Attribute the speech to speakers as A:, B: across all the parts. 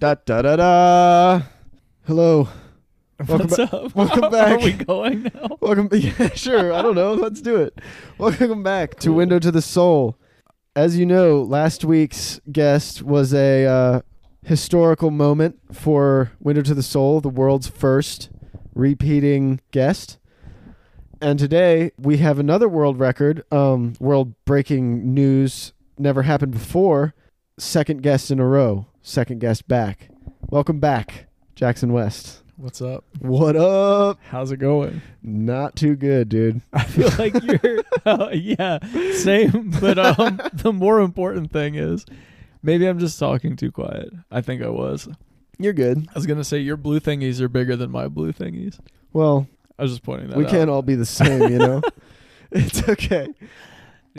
A: Da da da da. Hello. Welcome
B: What's
A: back.
B: up?
A: welcome
B: Are
A: back.
B: we going now?
A: Welcome. Yeah, sure. I don't know. Let's do it. Welcome back to Window to the Soul. As you know, last week's guest was a uh, historical moment for Window to the Soul, the world's first repeating guest. And today we have another world record, um, world breaking news, never happened before. Second guest in a row, second guest back. Welcome back, Jackson West.
B: What's up?
A: What up?
B: How's it going?
A: Not too good, dude.
B: I feel like you're, uh, yeah, same. But um, the more important thing is, maybe I'm just talking too quiet. I think I was.
A: You're good.
B: I was gonna say your blue thingies are bigger than my blue thingies.
A: Well,
B: I was just pointing that
A: we
B: out.
A: can't all be the same, you know. it's okay.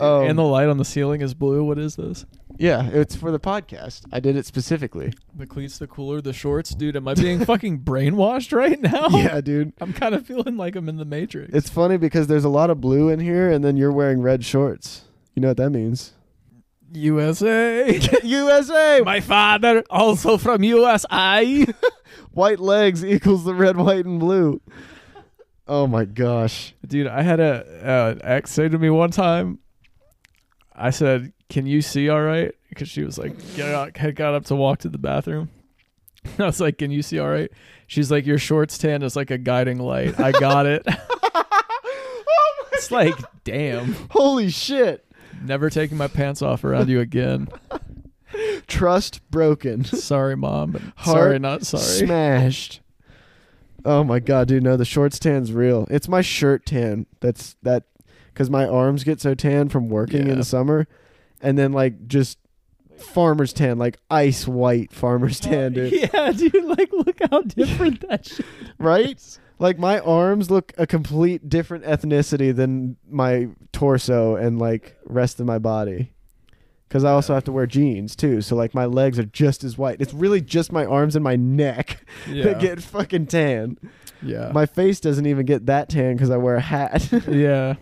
A: um,
B: and the light on the ceiling is blue. What is this?
A: Yeah, it's for the podcast. I did it specifically.
B: The cleats, the cooler, the shorts, dude. Am I being fucking brainwashed right now?
A: Yeah, dude.
B: I'm kind of feeling like I'm in the Matrix.
A: It's funny because there's a lot of blue in here, and then you're wearing red shorts. You know what that means?
B: USA.
A: USA.
B: My father also from USA.
A: white legs equals the red, white, and blue. Oh my gosh.
B: Dude, I had a uh, an ex say to me one time. I said, "Can you see all right?" Because she was like, get out, had got up to walk to the bathroom. I was like, "Can you see all right?" She's like, "Your shorts tan is like a guiding light." I got it. it's like, damn,
A: Holy shit.
B: never taking my pants off around you again.
A: Trust broken.
B: Sorry, mom. but
A: Heart
B: sorry, not sorry.
A: Smashed. Oh my god, dude! No, the shorts tan's real. It's my shirt tan. That's that because my arms get so tan from working in
B: Yeah.
A: the summer, and then like just farmer's tan, like ice white farmer's tan, dude.
B: yeah, dude. Like, look how different that shit.
A: Right? Like my arms look a complete different ethnicity than my torso and like rest of my body. Cause I also have to wear jeans too, so like my legs are just as white. It's really just my arms and my neck
B: Yeah.
A: that get fucking tan.
B: yeah.
A: My face doesn't even get that tan because I wear a hat.
B: yeah.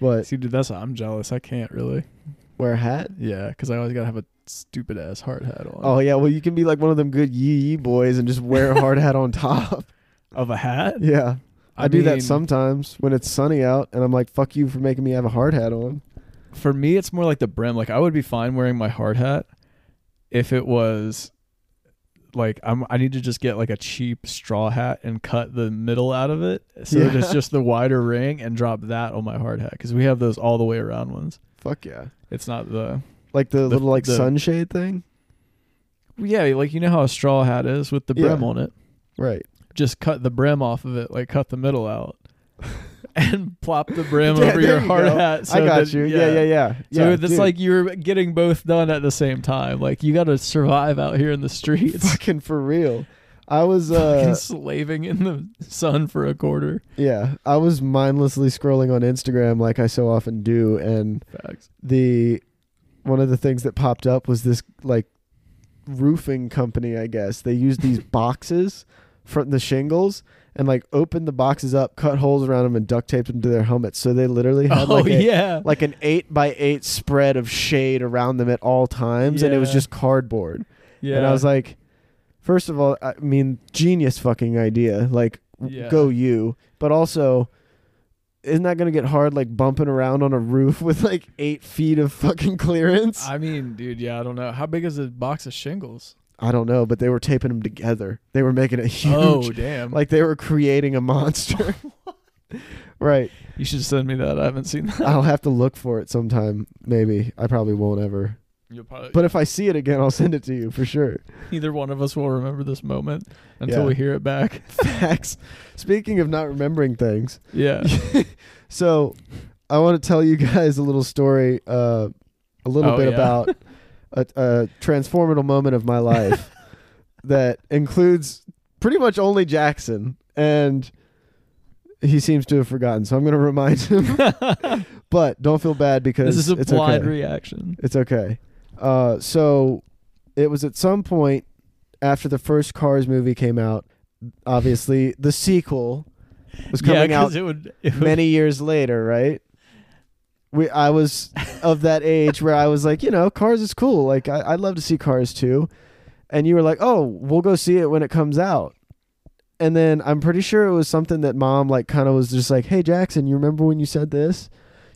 A: but
B: See, dude, that's I'm jealous. I can't really.
A: wear a hat?
B: Yeah, because I always gotta have a stupid ass hard hat on.
A: Oh yeah, well you can be like one of them good yee yee boys and just wear a hard hat on top.
B: of a hat.
A: Yeah, I, do
B: mean,
A: that sometimes when it's sunny out, and I'm like, "Fuck you for making me have a hard hat on."
B: For me, it's more like the brim. Like I would be fine wearing my hard hat if it was like I'm. I need to just get like a cheap straw hat and cut the middle out of it so that
A: Yeah.
B: it's just the wider ring and drop that on my hard hat because we have those all the way around ones.
A: Fuck yeah,
B: It's not the
A: like the,
B: The-
A: little like
B: the-
A: sunshade thing,
B: yeah, like you know how a straw hat is with the brim
A: Yeah.
B: on it.
A: right?
B: Just cut the brim off of it, like cut the middle out. And plop the brim
A: Yeah, there
B: over your
A: you
B: hard
A: go.
B: hat. So
A: I got
B: that-
A: you. Yeah, yeah, yeah.
B: So
A: yeah,
B: it's
A: dude.
B: like you're getting both done at the same time. Like you got to survive out here in the streets,
A: fucking for real. I was
B: fucking
A: uh
B: slaving in the sun for a quarter.
A: yeah, I was mindlessly scrolling on Instagram like I so often do, and
B: Facts.
A: the one of the things that popped up was this like roofing company i guess they used these boxes from the shingles and like opened the boxes up cut holes around them and duct taped them to their helmets so they literally had
B: oh
A: like a,
B: yeah,
A: like an eight by eight spread of shade around them at all times and it was
B: Yeah.
A: just cardboard
B: yeah.
A: and i was like first of all i mean genius fucking idea like w-
B: Yeah.
A: go you but also isn't that gonna get hard like bumping around on a roof with like eight feet of fucking clearance
B: I mean, dude, yeah, I don't know. How big is a box of shingles?
A: i don't know but they were taping them together they were making a huge
B: Oh damn!
A: like they were creating a monster right
B: you should send me that. I haven't seen that.
A: i'll have to look for it sometime maybe i probably won't ever
B: You'll probably,
A: but if i see it again i'll send it to you for sure
B: neither one of us will remember this moment until
A: Yeah.
B: we hear it back.
A: facts speaking of not remembering things
B: Yeah.
A: So, I want to tell you guys a little story, uh, a little
B: Oh,
A: bit
B: yeah.
A: about a, a transformative moment of my life that includes pretty much only Jackson, and he seems to have forgotten. So I'm going to remind him. but don't feel bad because
B: this is a
A: it's
B: blind
A: okay.
B: reaction.
A: It's okay. Uh, so it was at some point after the first Cars movie came out. Obviously, the sequel was
B: yeah,
A: coming out
B: because it would. It would
A: many years later, right? We, I was of that age where I was like, you know, Cars is cool. Like, I, I'd love to see Cars too. and you were like, "Oh, we'll go see it when it comes out." And then I'm pretty sure it was something that mom like kind of was just like, "Hey Jackson, you remember when you said this?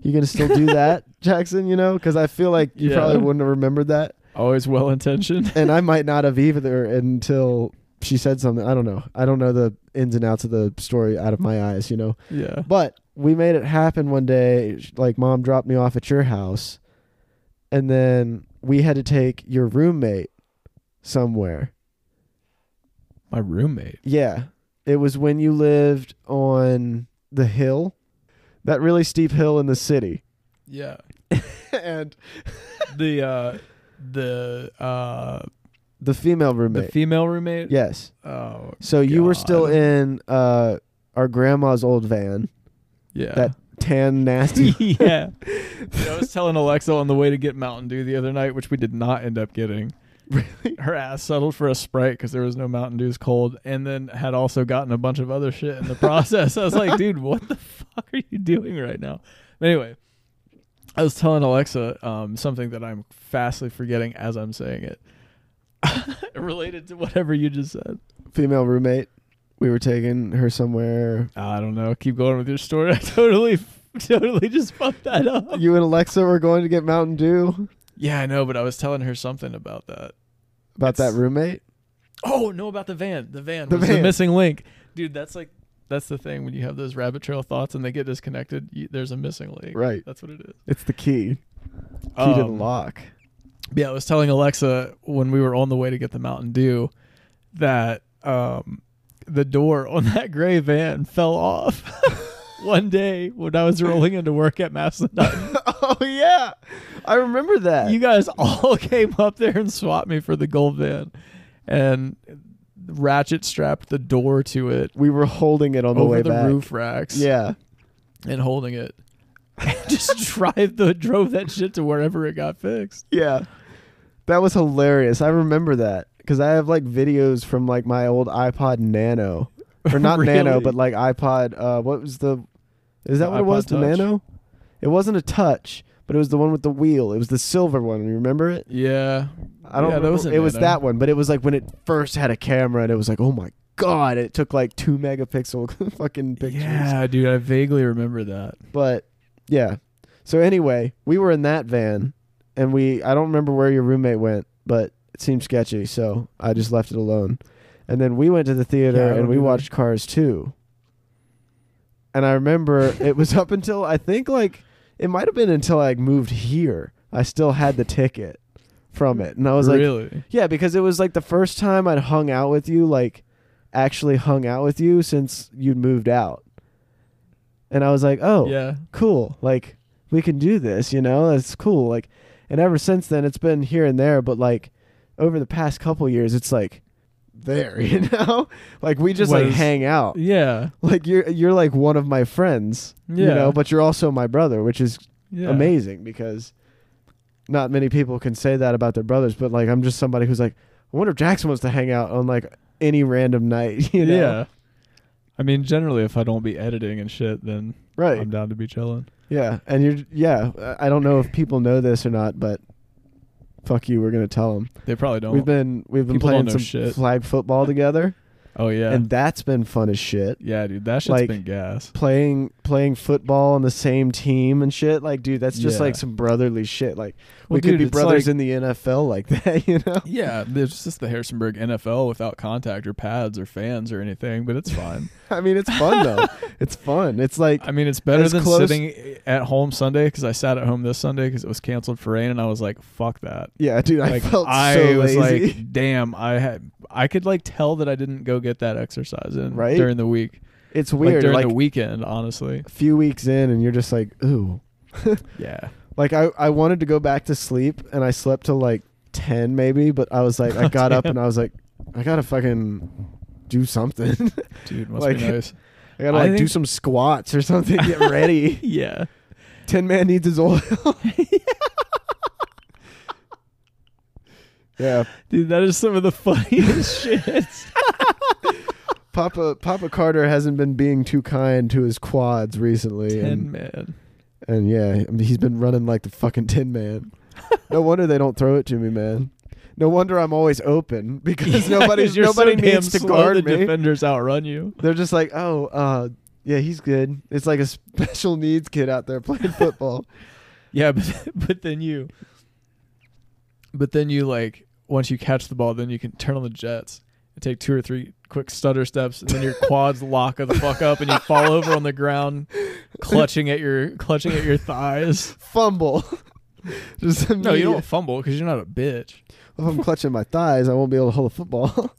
A: You gonna still do that, Jackson? You know, because I feel like you
B: Yeah.
A: probably wouldn't have remembered that,
B: Always well intentioned.
A: and I might not have either until she said something. I don't know. I don't know the ins and outs of the story out of my eyes. You know,
B: Yeah.
A: but we made it happen one day. Sh- Like mom dropped me off at your house, and then we had to take your roommate somewhere.
B: My roommate.
A: Yeah. It was when you lived on the hill, that really steep hill in the city.
B: Yeah.
A: and
B: The uh the uh
A: the female
B: the
A: roommate.
B: female roommate.
A: yes.
B: Oh
A: So you were still
B: God.
A: in uh, our grandma's old van,
B: yeah.
A: That- tan, nasty.
B: yeah. Dude, I was telling Alexa on the way to get Mountain Dew the other night, which we did not end up getting.
A: Really?
B: Her ass settled for a Sprite because there was no Mountain Dew's cold, and then had also gotten a bunch of other shit in the process. I was like, dude, what the fuck are you doing right now? Anyway, I was telling Alexa um, something that I'm fastly forgetting as I'm saying it, related to whatever you just said.
A: female roommate. We were taking her somewhere.
B: I don't know. Keep going with your story. I totally, totally just fucked that up.
A: You and Alexa were going to get Mountain Dew
B: Yeah, I know, but I was telling her something about that.
A: about that
B: It's-
A: roommate.
B: Oh, no, about the van. The van
A: The
B: was the
A: van.
B: missing link. Dude, that's like that's the thing when you have those rabbit trail thoughts and they get disconnected, you, there's a missing link.
A: Right.
B: That's what it is.
A: It's the key. Key to the
B: Um,
A: lock.
B: Yeah, I was telling Alexa when we were on the way to get the Mountain Dew that um the door on that gray van fell off one day when I was rolling into work at Macedon.
A: oh yeah. I remember that.
B: you guys all came up there and swapped me for the gold van and ratchet strapped the door to it
A: we were holding it on the
B: over
A: way
B: the
A: back.
B: roof racks
A: Yeah.
B: and holding it and just drive the drove that shit to wherever it got fixed
A: Yeah. That was hilarious. I remember that because I have like videos from like my old iPod Nano, or not Nano,
B: Really?
A: but like iPod. Uh, what was the? Is that
B: The
A: what it was?
B: iPod
A: The
B: Touch?
A: Nano. It wasn't a touch, but it was the one with the wheel. It was the silver one. You remember it?
B: yeah
A: I don't.
B: Yeah, that
A: remember.
B: was a
A: it was
B: Nano.
A: that one, but it was like when it first had a camera, and it was like, oh my god, it took like two megapixel fucking pictures.
B: yeah dude i vaguely remember that
A: But yeah. So anyway, we were in that van and we I don't remember where your roommate went, but it seemed sketchy, so I just left it alone. And then we went to the
B: Yeah, I
A: theater and we
B: remember.
A: watched Cars 2. And I remember it was up until I think like it might have been until I moved here. I still had the ticket from it. And I was like,
B: really
A: yeah, because it was like the first time I'd hung out with you, like actually hung out with you since you'd moved out. And I was like, oh,
B: yeah
A: cool. Like we can do this, you know? It's cool. Like and ever since then it's been here and there, but like over the past couple years it's like there, you know? Like we just like
B: Was-
A: hang out.
B: yeah
A: Like you're you're like one of my friends, you
B: Yeah.
A: know, but you're also my brother, which is
B: yeah
A: amazing because not many people can say that about their brothers, but like I'm just somebody who's like, I wonder if Jackson wants to hang out on like any random night, you know?
B: yeah i mean generally if i don't be editing and shit then
A: Right.
B: i'm down to be chilling
A: yeah. And you're yeah, I I don't know if people know this or not, but fuck you, we're going to tell them.
B: they probably don't
A: We've been we've been
B: People don't
A: playing
B: know
A: some
B: shit.
A: flag football together
B: oh yeah
A: and that's been fun as shit.
B: yeah dude that shit's
A: like-
B: been gas
A: Playing playing football on the same team and shit. Like dude, that's just
B: Yeah.
A: like some brotherly shit. Like
B: Well,
A: we could
B: dude,
A: be
B: it's
A: brothers
B: like-
A: in the NFL like that, you know?
B: Yeah, there's just the Harrisonburg NFL without contact or pads or fans or anything, but it's fine.
A: I mean, it's fun though. it's fun. It's like
B: I mean, it's better
A: As
B: than
A: close-
B: sitting at home Sunday because I sat at home this Sunday because it was canceled for rain, and I was like, "Fuck that."
A: Yeah, dude, I
B: Like,
A: felt
B: I
A: so
B: was
A: lazy.
B: like, "Damn, I had I could like tell that I didn't go get that exercise in
A: Right?
B: during the week,
A: it's
B: like
A: weird.
B: during
A: Like,
B: the weekend, honestly."
A: a few weeks in, and you're just like, ooh.
B: Yeah,
A: Like I, I wanted to go back to sleep, and I slept till like ten maybe, but I was like, I got up
B: Oh, Damn.
A: and I was like, I gotta fucking do something.
B: dude, must
A: Like-
B: be nice.
A: I gotta
B: I
A: like do
B: think-
A: some squats or something. Get ready.
B: Yeah,
A: Tin man needs his oil. yeah,
B: dude, that is some of the funniest shit.
A: Papa Papa Carter hasn't been being too kind to his quads recently. and-
B: Ten man.
A: And yeah, I mean, he's been running like the fucking Tin Man. no wonder they don't throw it to me, man. No wonder I'm always open because
B: Yeah,
A: nobody
B: 'cause you're so
A: nobody
B: damn
A: needs to
B: slow,
A: guard
B: the
A: me.
B: Defenders outrun you.
A: They're just like, oh, uh, yeah, he's good. It's like a special needs kid out there playing football.
B: Yeah, but but then you, but then you like once you catch the ball, then you can turn on the jets and take two or three quick stutter steps, and then your quads lock the fuck up, and you fall over on the ground, clutching at your clutching at your thighs.
A: Fumble. just
B: No, you
A: immediate-
B: don't fumble because you're not a bitch.
A: If I'm clutching my thighs, I won't be able to hold a football.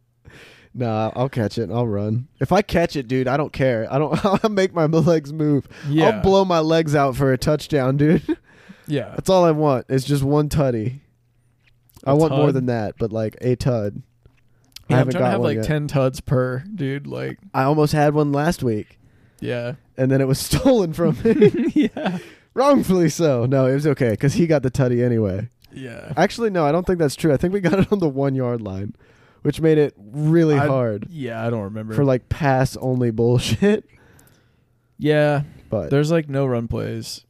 A: nah, I'll catch it. and I'll run. If I catch it, dude, I don't care. I don't. I'll make my legs move.
B: Yeah,
A: I'll blow my legs out for a touchdown, dude.
B: yeah.
A: That's all I want. It's just one tutty. I
B: A
A: want more
B: tud?
A: than that, but like a tud. I
B: yeah I'm
A: haven't
B: trying to
A: got
B: have
A: one
B: like
A: yet.
B: ten tuds per dude. Like,
A: I almost had one last week,
B: yeah,
A: and then it was stolen from me.
B: yeah,
A: Wrongfully so. No, it was okay because he got the tutty anyway.
B: yeah.
A: Actually, no, I don't think that's true. I think we got it on the one yard line, which made it really
B: I-
A: hard.
B: Yeah, I don't remember.
A: for like pass only bullshit.
B: yeah,
A: But
B: There's like no run plays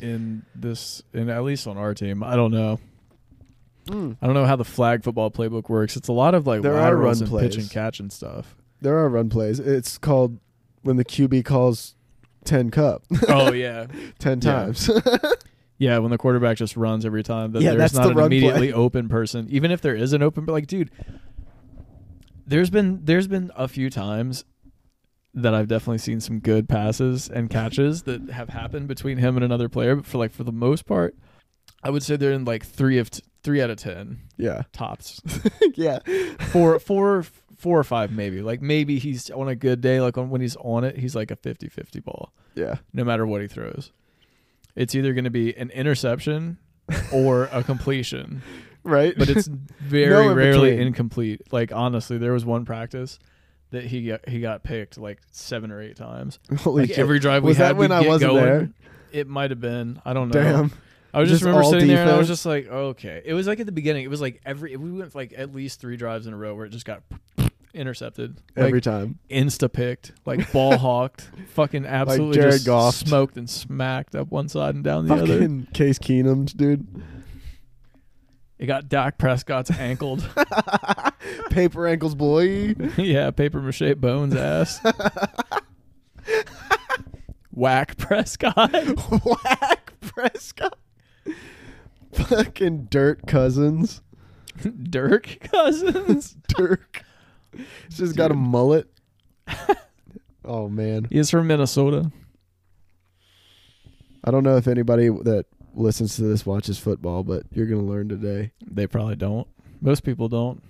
B: in this, in at least on our team. I don't know.
A: Mm,
B: I don't know how the flag football playbook works. It's a lot of like
A: There are
B: laterals
A: run
B: and
A: plays.
B: pitch and catch and stuff.
A: there are run plays. It's called when the QB calls ten cup
B: oh yeah,
A: ten
B: Yeah.
A: times.
B: yeah. When the quarterback just runs every time, that
A: Yeah,
B: there's
A: that's
B: not
A: the
B: an
A: run
B: immediately
A: play.
B: open person. Even if there is an open, but like, dude, there's been there's been a few times that I've definitely seen some good passes and catches that have happened between him and another player. But for like for the most part, I would say they're in like three of t- three out of ten
A: yeah,
B: tops.
A: yeah.
B: four four four or five maybe like maybe he's on a good day like on, when he's on it he's like a 50-50 ball
A: Yeah,
B: no matter what he throws it's either going to be an interception or a completion
A: right.
B: but it's very
A: in
B: rarely
A: between.
B: incomplete like honestly there was one practice that he got, he got picked like seven or eight times
A: Holy
B: like
A: shit.
B: every drive we
A: Was
B: had
A: that when
B: we'd
A: I
B: get
A: wasn't
B: going.
A: there?
B: it might have been i don't know
A: Damn.
B: I was just,
A: Just
B: remember
A: all
B: sitting there and I was
A: defense?
B: just like, okay. It was like at the beginning. It was like every we went like at least three drives in a row where it just got intercepted, like
A: every time.
B: insta picked, like ball hawked, fucking absolutely
A: Jared
B: just
A: Goff.
B: smoked and smacked up one side and down the other.
A: Fucking Case Keenum, dude.
B: It got Dak Prescott's ankled,
A: Paper ankles, boy.
B: yeah, paper mache bones ass. Whack Prescott.
A: Whack Prescott. Fucking Dirt Cousins.
B: Dirk Cousins.
A: Dirk. He's just got a
B: Dude.
A: mullet. oh man.
B: He is from Minnesota.
A: I don't know if anybody that listens to this watches football, but you're going to learn today.
B: They probably don't. Most people don't.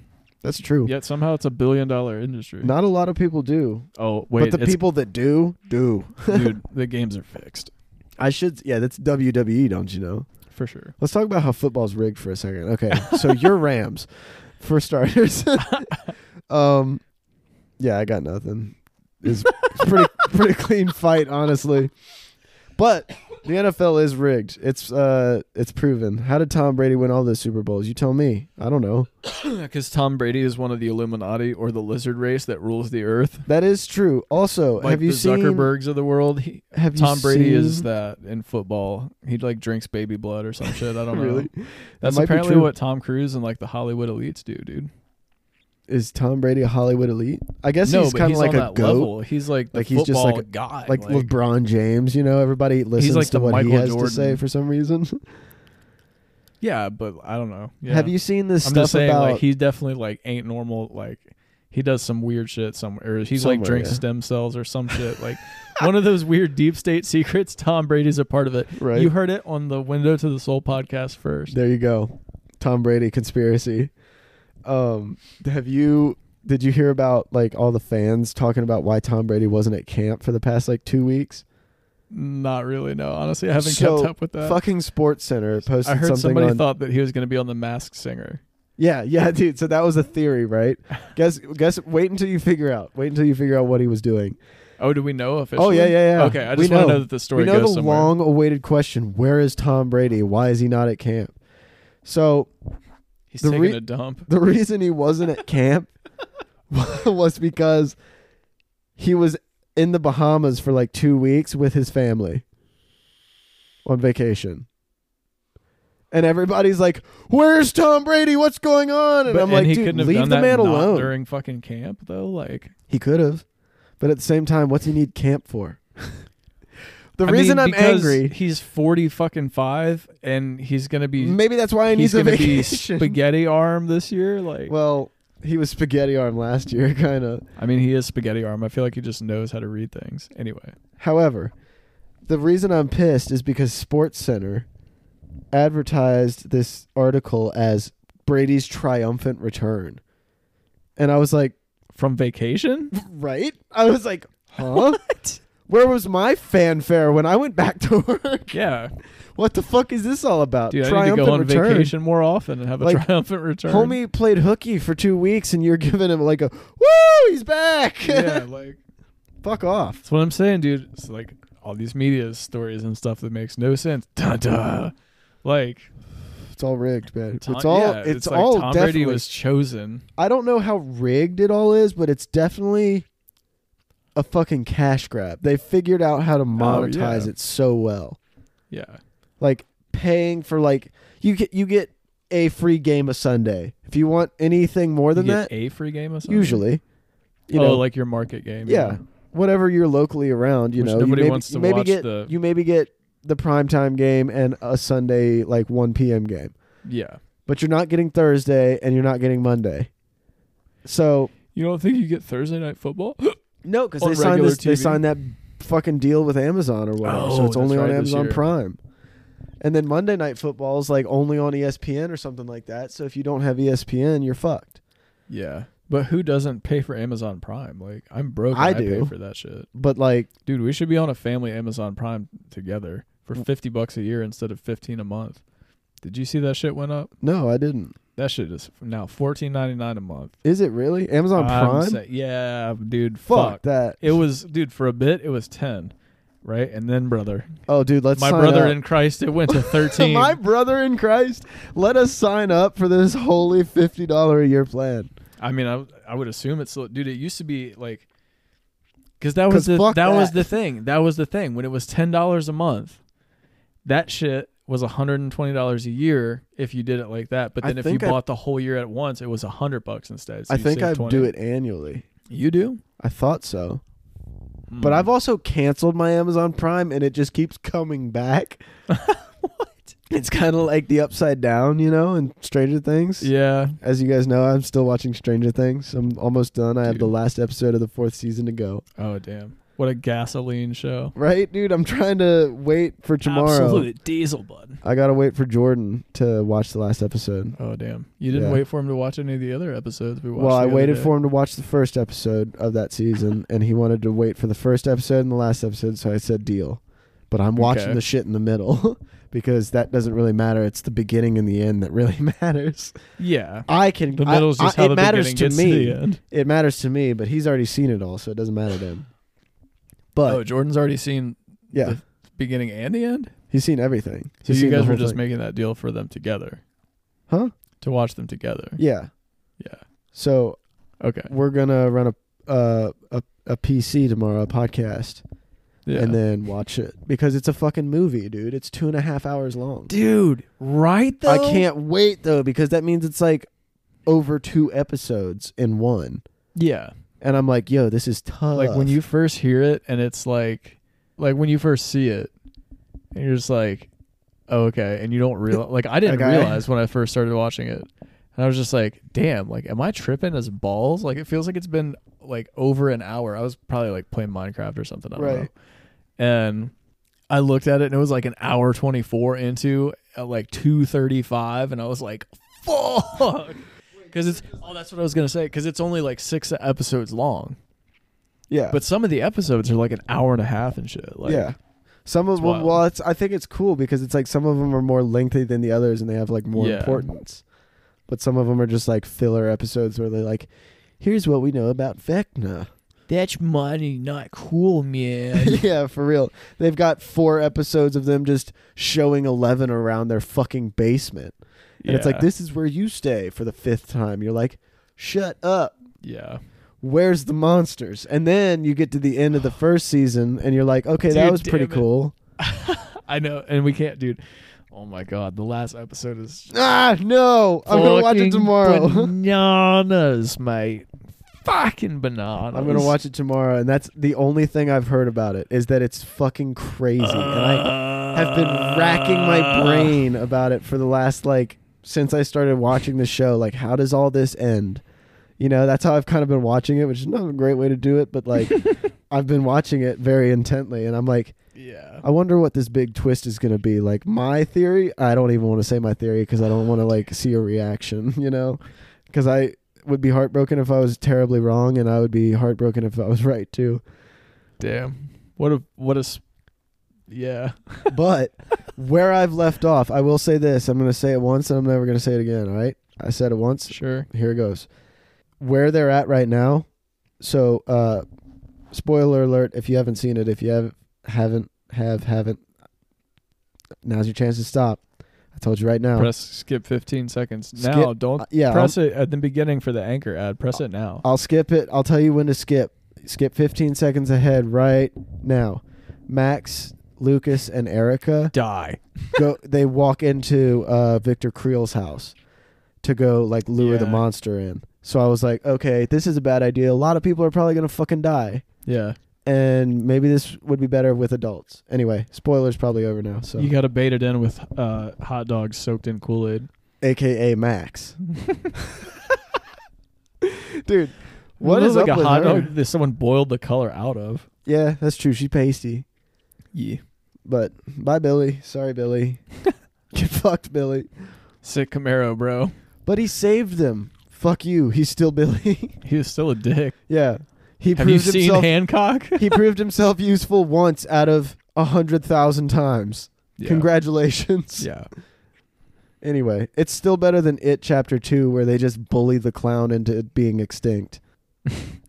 A: That's true.
B: Yet somehow it's a billion dollar industry.
A: Not a lot of people do,
B: Oh wait,
A: but the
B: it's-
A: people that do do.
B: dude, the games are fixed
A: I should. Yeah, that's WWE, don't you know?
B: for sure.
A: Let's talk about how football's rigged for a second. Okay, so your Rams, for starters. um, yeah, I got nothing. It's pretty pretty clean fight, honestly. But the NFL is rigged. It's uh, it's proven. How did Tom Brady win all those Super Bowls? You tell me. I don't know.
B: Because Tom Brady is one of the Illuminati or the lizard race that rules the earth.
A: That is true. Also,
B: Like
A: have you
B: the Zuckerbergs of the world. He,
A: seen? Have you
B: Tom Brady is
A: seen-
B: that in football. He like drinks baby blood or some shit. I don't
A: Really?
B: know. That's
A: might be
B: apparently
A: true.
B: what Tom Cruise and like the Hollywood elites do, dude.
A: Is Tom Brady a Hollywood elite? I guess
B: no,
A: he's
B: but
A: kind
B: he's
A: of like
B: on
A: a
B: that
A: goat,
B: level. He's like the
A: Like, he's just
B: football
A: like
B: guy.
A: like, LeBron James. You know, everybody listens
B: like
A: to
B: the
A: what he
B: Michael
A: has to
B: Jordan.
A: say for some reason.
B: yeah, but I don't know. Yeah.
A: Have you seen this
B: I'm
A: stuff
B: just saying,
A: about?
B: like, he definitely like ain't normal. Like, he does some weird shit somewhere. Or he's like
A: Somewhere,
B: drinks
A: yeah.
B: stem cells or some shit. Like, one of those weird deep state secrets. Tom Brady's a part of it.
A: right
B: You heard it on the Window to the Soul podcast first.
A: there, you go. Tom Brady conspiracy. Um, have you? Did you hear about like all the fans talking about why Tom Brady wasn't at camp for the past like two weeks?
B: Not really. No, honestly, I haven't
A: So,
B: kept up with that.
A: Fucking Sports Center posted
B: I heard
A: something
B: somebody
A: on
B: thought that he was going to be on The Mask Singer.
A: Yeah, yeah, dude. So that was a theory, right? guess, guess. Wait until you figure out. Wait until you figure out what he was doing.
B: Oh, do we know officially?
A: Oh yeah, yeah, yeah.
B: Okay, I
A: We
B: just want
A: know.
B: to know that the story
A: We know the
B: goes somewhere.
A: long-awaited question: Where is Tom Brady? Why is he not at camp? So
B: He's
A: the
B: taking
A: re-
B: a dump.
A: the reason he wasn't at camp was because he was in the Bahamas for like two weeks with his family on vacation, and everybody's like, "Where's Tom Brady? What's going on?" And
B: But-
A: I'm like,
B: he
A: "Dude,
B: couldn't have
A: leave
B: done
A: the
B: that
A: man
B: not
A: alone."
B: during fucking camp though. Like
A: he could have, but at the same time, what's he need camp for? the
B: I
A: reason
B: mean,
A: I'm
B: because
A: angry,
B: He's forty fucking five, and he's gonna be
A: maybe that's why he needs
B: he's
A: a
B: gonna be
A: vacation.
B: spaghetti arm this year. Like,
A: well, he was spaghetti arm last year, kind of.
B: I mean, he is spaghetti arm. I feel like he just knows how to read things. Anyway,
A: However, the reason I'm pissed is because Sports Center advertised this article as Brady's triumphant return. And I was like,
B: from vacation.
A: right? I was like, huh? Where was my fanfare when I went back to work?
B: Yeah,
A: what the fuck is this all about?
B: dude, I need to go on vacation more often and have a
A: Like,
B: triumphant return.
A: Homie played hooky for two weeks and you're giving him like a woo, he's back.
B: yeah, like
A: fuck off.
B: that's what I'm saying, dude. It's like all these media stories and stuff that makes no sense. Dun dun. Like
A: It's all rigged, man.
B: Tom-
A: it's all
B: yeah,
A: it's,
B: like
A: all
B: Tom
A: definitely
B: Brady was chosen.
A: I don't know how rigged it all is, but it's definitely a fucking cash grab. They figured out how to monetize
B: Oh, yeah.
A: it so well.
B: Yeah,
A: Like paying for like you get you get a free game a Sunday. If you want anything more than
B: You
A: that,
B: get a free game or something.
A: usually you
B: oh,
A: know
B: like your market game.
A: Yeah. whatever you're locally around, you
B: Which
A: know, you
B: nobody
A: maybe,
B: wants to
A: you maybe
B: watch
A: get
B: the-
A: you maybe get the primetime game and a Sunday like 1 p.m. game.
B: yeah.
A: But you're not getting Thursday and you're not getting Monday. So
B: You don't think you get Thursday night football?
A: No, because
B: On
A: they signed
B: regular
A: this, they
B: TV.
A: signed that fucking deal with Amazon or whatever, so
B: Oh,
A: it's only
B: that's
A: on
B: right, this
A: Amazon
B: year.
A: Prime. And then Monday Night Football is like only on E ESPN or something like that. So if you don't have E ESPN, you're fucked.
B: yeah. But who doesn't pay for Amazon Prime? Like I'm broke.
A: I
B: and I,
A: do.
B: pay for that shit,
A: But like,
B: dude. We should be on a family Amazon Prime together for
A: Mm.
B: fifty bucks a year instead of fifteen a month. Did you see that shit went up?
A: no, I didn't.
B: That shit is now fourteen ninety nine a month.
A: Is it really Amazon
B: I'm
A: Prime?
B: sa- yeah, dude.
A: fuck,
B: Fuck.
A: that.
B: It was, dude. For a bit, it was ten, right? And then, brother,
A: oh, dude, let's
B: my
A: sign
B: brother
A: up.
B: in Christ, it went to thirteen.
A: my brother in Christ, let us sign up for this holy fifty dollar a year plan.
B: I mean, I I would assume it's dude. It used to be like because that
A: 'Cause
B: was the
A: fuck
B: that, was
A: that.
B: the thing. That was the thing when it was ten dollars a month. That shit was hundred and twenty dollars a year if you did it like that. But
A: I
B: then if you
A: think I-
B: bought the whole year at once, it was a hundred bucks instead. So
A: I
B: you
A: think I
B: saved 20.
A: do it annually.
B: You do,
A: I thought so.
B: Hmm.
A: But I've also canceled my Amazon Prime and it just keeps coming back. what? It's kind of like the upside down, you know, and Stranger Things.
B: Mm. yeah.
A: As you guys know, I'm still watching Stranger Things. I'm almost done. I have
B: Dude.
A: the last episode of the fourth season to go.
B: Oh damn! What a gasoline show.
A: Right, dude? I'm trying to wait for tomorrow.
B: Absolute diesel bud.
A: I got to wait for Jordan to watch the last episode.
B: Oh damn! You didn't
A: Yeah.
B: wait for him to watch any of the other episodes we watched.
A: Well,
B: the
A: I
B: other
A: waited
B: day.
A: for him to watch the first episode of that season, and he wanted to wait for the first episode and the last episode, so I said deal. But I'm watching
B: Okay.
A: the shit in the middle because that doesn't really matter. It's the beginning and the end that really matters.
B: Yeah,
A: I can.
B: the
A: I-
B: middle's just
A: I-
B: how
A: it
B: the
A: matters
B: beginning
A: to
B: gets
A: me.
B: to the end.
A: It matters to me, but he's already seen it all, so it doesn't matter to him. But
B: oh, Jordan's already seen
A: yeah,
B: the beginning and the end.
A: he's seen everything.
B: So
A: He's
B: you
A: seen the
B: guys were
A: whole
B: just
A: thing.
B: making that deal for them together
A: huh?
B: to watch them together.
A: Yeah.
B: Yeah.
A: So
B: Okay.
A: we're gonna run a uh, a a PC tomorrow, a podcast.
B: Yeah.
A: and then watch it because it's a fucking movie, dude. It's two and a half hours long.
B: dude, right
A: I can't wait though because that means it's like over two episodes in one,
B: Yeah.
A: and I'm like, yo, this is tough.
B: Like when you first hear it, and it's like, like when you first see it, and you're just like, oh, okay, and you don't realize. Like I didn't
A: Okay.
B: realize when I first started watching it, and I was just like, damn, like am I tripping as balls? Like it feels like it's been like over an hour. I was probably like playing Minecraft or something. I don't know.
A: right,
B: and I looked at it and it was like an hour 24 into at like 235 and I was like fuck cuz it's oh that's what I was going to say cuz it's only like 6 episodes long
A: yeah,
B: but some of the episodes are like an hour and a half and shit like
A: yeah. Some of
B: it's
A: them,
B: wild.
A: well, it's, I think it's cool because it's like some of them are more lengthy than the others, and they have like more
B: Yeah.
A: importance. But some of them are just like filler episodes where they're like, "Here's what we know about Vecna."
B: that's money not cool man
A: yeah, for real. They've got four episodes of them just showing Eleven around their fucking basement. And it's like,
B: Yeah.
A: this is where you stay for the fifth time. You're like, shut up.
B: yeah
A: Where's the monsters? And then you get to the end of the first season and you're like, okay, that
B: Dude,
A: was pretty
B: damn it.
A: cool.
B: I know and we can't dude Oh my god, the last episode is
A: Ah, no. I'm going to watch
B: fucking
A: it tomorrow.
B: Bananas, mate. Fucking bananas.
A: I'm going to watch it tomorrow. And that's the only thing I've heard about it is that it's fucking crazy. and I have been racking
B: Uh.
A: my brain about it for the last like since I started watching the show. Like, how does all this end? You know, that's how I've kind of been watching it, which is not a great way to do it, but like I've been watching it very intently, and I'm like,
B: Yeah.
A: I wonder what this big twist is going to be. Like my theory, I don't even want to say my theory because I don't want to like see a reaction, you know, because I would be heartbroken if I was terribly wrong, and I would be heartbroken if I was right too.
B: Damn. What a what a s- yeah.
A: But where I've left off, I will say this. I'm going to say it once and I'm never going to say it again. All right. I said it once.
B: Sure.
A: Here it goes. Where they're at right now. So, uh, spoiler alert if you haven't seen it, if you have, haven't, have, haven't, now's your chance to stop. I told you right now.
B: Press skip 15 seconds.
A: Skip-
B: Now, don't
A: Uh, yeah. I'll,
B: press it at the beginning for the anchor ad. Press it now.
A: I'll skip it. I'll tell you when to skip. Skip 15 seconds ahead right now. Max, Lucas, and Erica.
B: Die.
A: go they walk into uh Victor Creel's house to go like lure the
B: Yeah.
A: monster in. So I was like, okay, this is a bad idea. A lot of people are probably going to fucking die.
B: Yeah.
A: And maybe this would be better with adults. Anyway, spoilers probably over now. So
B: You got to bait it in with uh, hot dogs soaked in Kool Aid.
A: AKA Max. Dude, what
B: What is
A: is
B: like
A: up
B: a
A: with
B: hot
A: her?
B: dog that someone boiled the color out of?
A: yeah, that's true. She pasty.
B: Yeah.
A: But bye Billy. Sorry Billy. Get fucked Billy.
B: Sick Camaro, bro.
A: But he saved them. Fuck you. He's still Billy.
B: He was still a dick.
A: Yeah. He
B: Have you
A: proved
B: seen
A: himself
B: Hancock?
A: he proved himself useful once out of a hundred thousand times.
B: Yeah.
A: Congratulations.
B: Yeah.
A: Anyway, it's still better than it chapter two where they just bully the clown into it being extinct.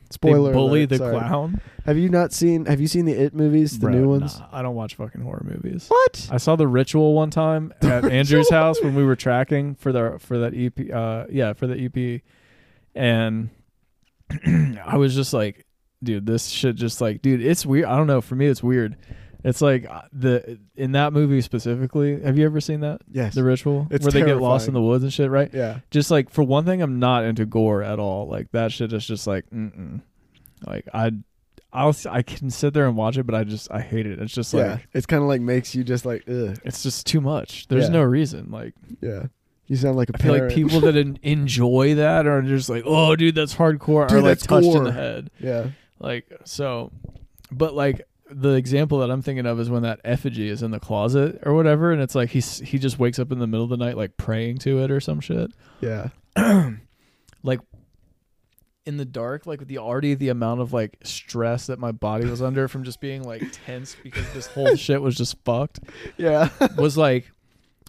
A: Spoiler
B: they bully
A: alert,
B: the
A: sorry.
B: clown.
A: Have you not seen have you seen the it movies, the
B: Bro,
A: new ones?
B: nah, I don't watch fucking horror movies.
A: What?
B: I saw the ritual one time at Andrew's
A: Ritual?
B: house when we were tracking for the for that EP. Uh, yeah, for the EP, and I was just like, dude, this shit just like, dude, it's weird. I don't know. For me, it's weird. It's like uh, the in that movie specifically. Have you ever seen that?
A: Yes.
B: The ritual,
A: It's
B: where they get lost
A: terrifying.
B: in the woods and shit, right?
A: yeah.
B: just like for one thing, I'm not into gore at all. Like that shit is just like, mm-mm. like I, I'll s- I can sit there and watch it, but I just I hate it. It's just like
A: yeah. It's kinda like makes you just like, ugh.
B: it's just too much. There's
A: Yeah.
B: no reason. Like
A: Yeah. You sound like a
B: I feel
A: parent.
B: like people that en- enjoy that are just like, oh, dude, that's hardcore.
A: Dude,
B: are like
A: that's
B: touched in
A: gore.
B: the head.
A: Yeah.
B: Like so, but like the example that I'm thinking of is when that effigy is in the closet or whatever, and it's like he's he just wakes up in the middle of the night like praying to it or some shit.
A: Yeah.
B: like in the dark, like the already the amount of like stress that my body was under from just being like tense because this whole shit was just fucked
A: Yeah.
B: was like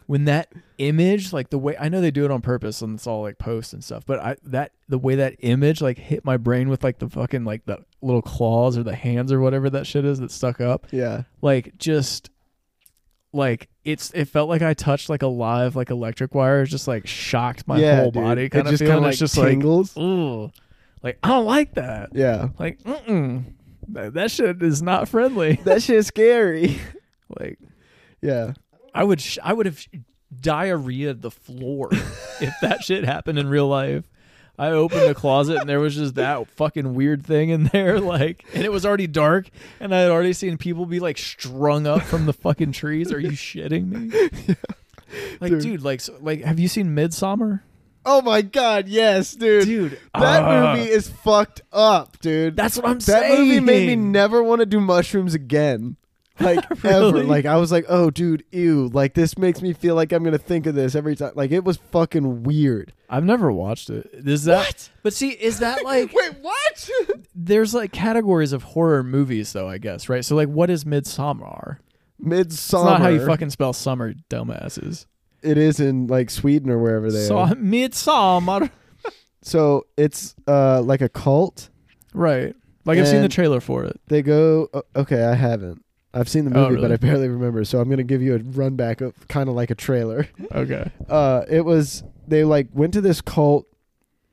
B: when that image, like the way I know they do it on purpose and it's all like posts and stuff, but I that the way that image like hit my brain with like the fucking like the little claws or the hands or whatever that shit is that stuck up
A: yeah.
B: like just like it's it felt like I touched like a live like electric wire. It just like shocked my
A: yeah,
B: whole
A: dude.
B: body.
A: It
B: Kind of
A: just
B: feeling
A: kinda,
B: it's
A: like,
B: just
A: tingles.
B: like ooh, like I don't like that.
A: yeah.
B: Like mm that, that shit is not friendly.
A: That shit's scary.
B: Like
A: yeah.
B: I would sh- I would have diarrhea the floor if that shit happened in real life. I opened the closet and there was just that fucking weird thing in there, like, and it was already dark, and I had already seen people be like strung up from the fucking trees. Are you shitting me? Like,
A: Dude.
B: dude, like, so, like, have you seen Midsummer?
A: Oh my god, yes, dude.
B: Dude,
A: that
B: ah,
A: movie is fucked up, dude.
B: That's what I'm
A: that
B: saying.
A: movie made me never want to do mushrooms again. Like ever.
B: Really?
A: Like I was like, "Oh, dude, ew. Like this makes me feel like I'm going to think of this every time." Like it was fucking weird.
B: I've never watched it. Is that? But see, is that like?
A: Wait, what?
B: there's like categories of horror movies, though. I guess right. So like, what is Midsummer? It's
A: Midsummer.
B: not how you fucking spell summer, dumbasses.
A: It is in like Sweden or wherever they
B: So
A: are.
B: midsummer,
A: So it's uh like a cult.
B: right? Like I've seen the
A: And-
B: trailer for it.
A: They go o- Okay, I haven't. I've seen the
B: Oh,
A: movie, but
B: really?
A: I barely remember. So I'm going to give you a run back of kind of like a trailer.
B: Okay.
A: uh, it was they like went to this cult,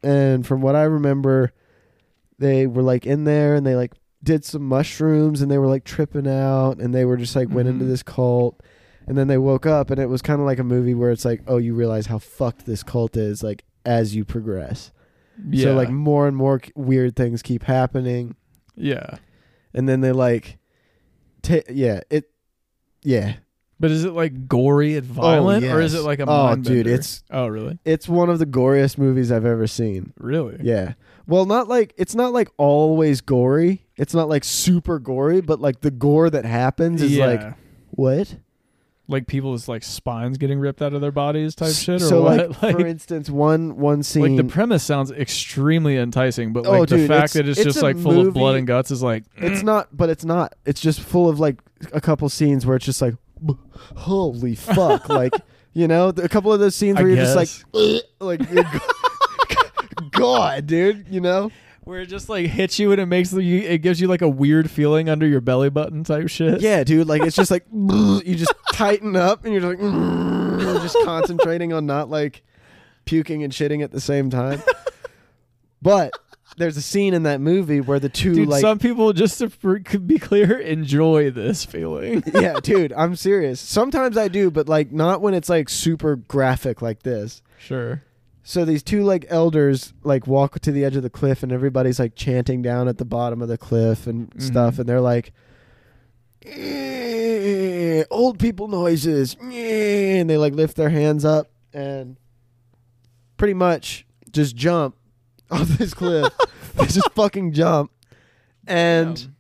A: and from what I remember, they were like in there and they like did some mushrooms and they were like tripping out and they were just like went into
B: Mhm.
A: this cult and then they woke up and it was kind of like a movie where it's like oh you realize how fucked this cult is like as you progress
B: Yeah.
A: so like more and more c- weird things keep happening
B: yeah.
A: and then they like ta yeah it yeah
B: But is it like gory and violent, or is it
A: Oh, yes.
B: like a
A: oh
B: mind
A: dude
B: bender?
A: it's
B: oh really
A: it's one of the goriest movies i've ever seen
B: really
A: yeah well not like it's not like always gory it's not like super gory but like the gore that happens is
B: Yeah.
A: like what
B: like people's like spines getting ripped out of their bodies type
A: S-
B: shit or
A: so
B: what
A: like, for instance one one
B: like
A: scene
B: the premise sounds extremely enticing, but
A: Oh,
B: like the
A: dude, it's-
B: fact that it's,
A: it's
B: just
A: a
B: like full of blood
A: movie.
B: and guts is like
A: It's not, but it's not. It's just full of like a couple scenes where it's just like, "B- holy fuck! like you know, th- a couple of those scenes
B: I
A: where you're just
B: guess.
A: like, like you're go- God, dude, you know.
B: where it just like hits you and it makes you it gives you like a weird feeling under your belly button type shit.
A: Yeah, dude. Like it's just like you just tighten up and you're like, you're just concentrating on not like puking and shitting at the same time. But there's a scene in that movie where the two
B: Dude,
A: like
B: some people just to for- could be clear enjoy this feeling.
A: yeah, dude, I'm serious. Sometimes I do, but like not when it's like super graphic like this.
B: Sure.
A: So these two like elders like walk to the edge of the cliff and everybody's like chanting down at the bottom of the cliff and stuff
B: Mhm.
A: and they're like "Eh, old people noises eh," and they like lift their hands up and pretty much just jump off this cliff. they just fucking jump. And
B: Um,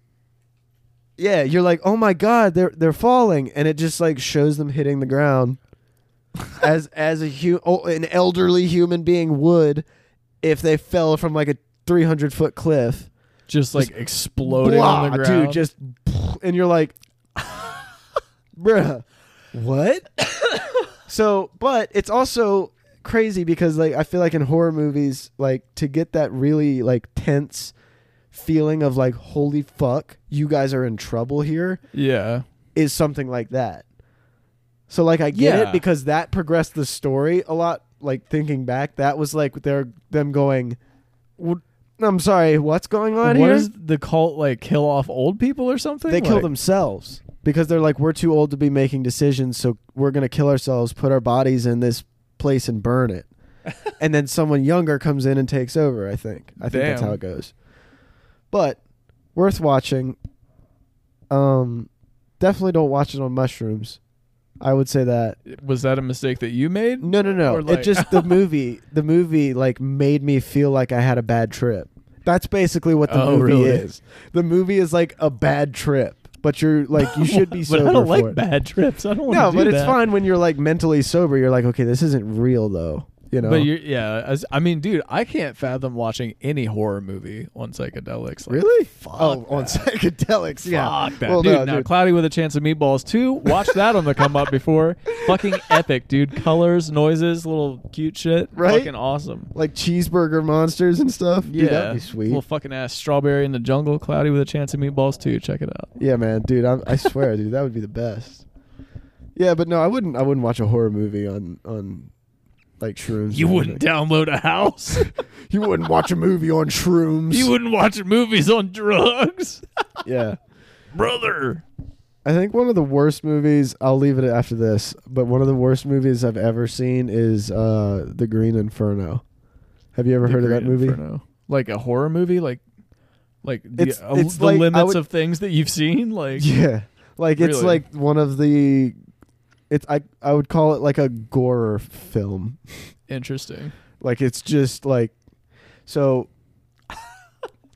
A: yeah, you're like, oh my god, they're they're falling, and it just like shows them hitting the ground, as as a hu- oh, an elderly human being would, if they fell from like a 300 foot cliff,
B: just like exploding on the
A: Blah,
B: ground.
A: dude, just, and you're like, bruh, what? so, but it's also crazy because like I feel like in horror movies, like to get that really like tense feeling of like holy fuck you guys are in trouble here
B: yeah.
A: is something like that. So like I get
B: Yeah.
A: it because that progressed the story a lot. Like thinking back, that was like they're them going. "W- I'm sorry, what's going on
B: What
A: here?
B: does the cult like kill off old people or something?
A: they kill
B: Like-
A: themselves because they're like we're too old to be making decisions, so we're gonna kill ourselves, put our bodies in this place and burn it. and then someone younger comes in and takes over. I think. I think that's
B: Damn.
A: how it goes. But worth watching. Um, definitely don't watch it on mushrooms. I would say that.
B: Was that a mistake that you made?
A: No, no, no.
B: Or like-
A: it just the movie. The movie like made me feel like I had a bad trip. That's basically what the
B: Oh,
A: movie
B: really?
A: is. The movie is like a bad trip, but you're like you should be
B: but
A: sober
B: I don't
A: for
B: like
A: it.
B: bad trips. I don't want
A: No,
B: to
A: but
B: do
A: it's
B: that.
A: fine when you're like mentally sober. You're like, okay, this isn't real though. You know.
B: But you're, yeah, as, I mean, dude, I can't fathom watching any horror movie on psychedelics. Like,
A: really?
B: Fuck
A: Oh, on
B: that.
A: psychedelics. Yeah.
B: Fuck that,
A: Well,
B: dude.
A: no,
B: now,
A: dude.
B: Cloudy with a Chance of Meatballs two. Watch that on the come up before. Fucking epic, dude. Colors, noises, little cute shit.
A: Right?
B: Fucking awesome.
A: Like cheeseburger monsters and stuff.
B: Yeah,
A: Dude, that'd be sweet.
B: Little fucking ass strawberry in the jungle. Cloudy with a Chance of Meatballs two. Check it out.
A: Yeah, man, dude, I'm, I swear, dude, that would be the best. Yeah, but no, I wouldn't. I wouldn't watch a horror movie on on like shrooms. or anything.
B: download a house.
A: You wouldn't watch a movie on shrooms.
B: wouldn't watch movies on drugs,
A: Yeah,
B: brother.
A: I think one of the worst movies. I'll leave it after this, but one of the worst movies I've ever seen is uh, The Green Inferno. Have you ever heard of that movie?
B: Like a horror movie, like like the,
A: It's-
B: uh,
A: it's
B: the
A: like- I
B: limits
A: would-
B: of things that you've seen. Like
A: Yeah, like it's
B: Really?
A: like one of the. It's I I would call it like a gore film.
B: interesting.
A: Like it's just like so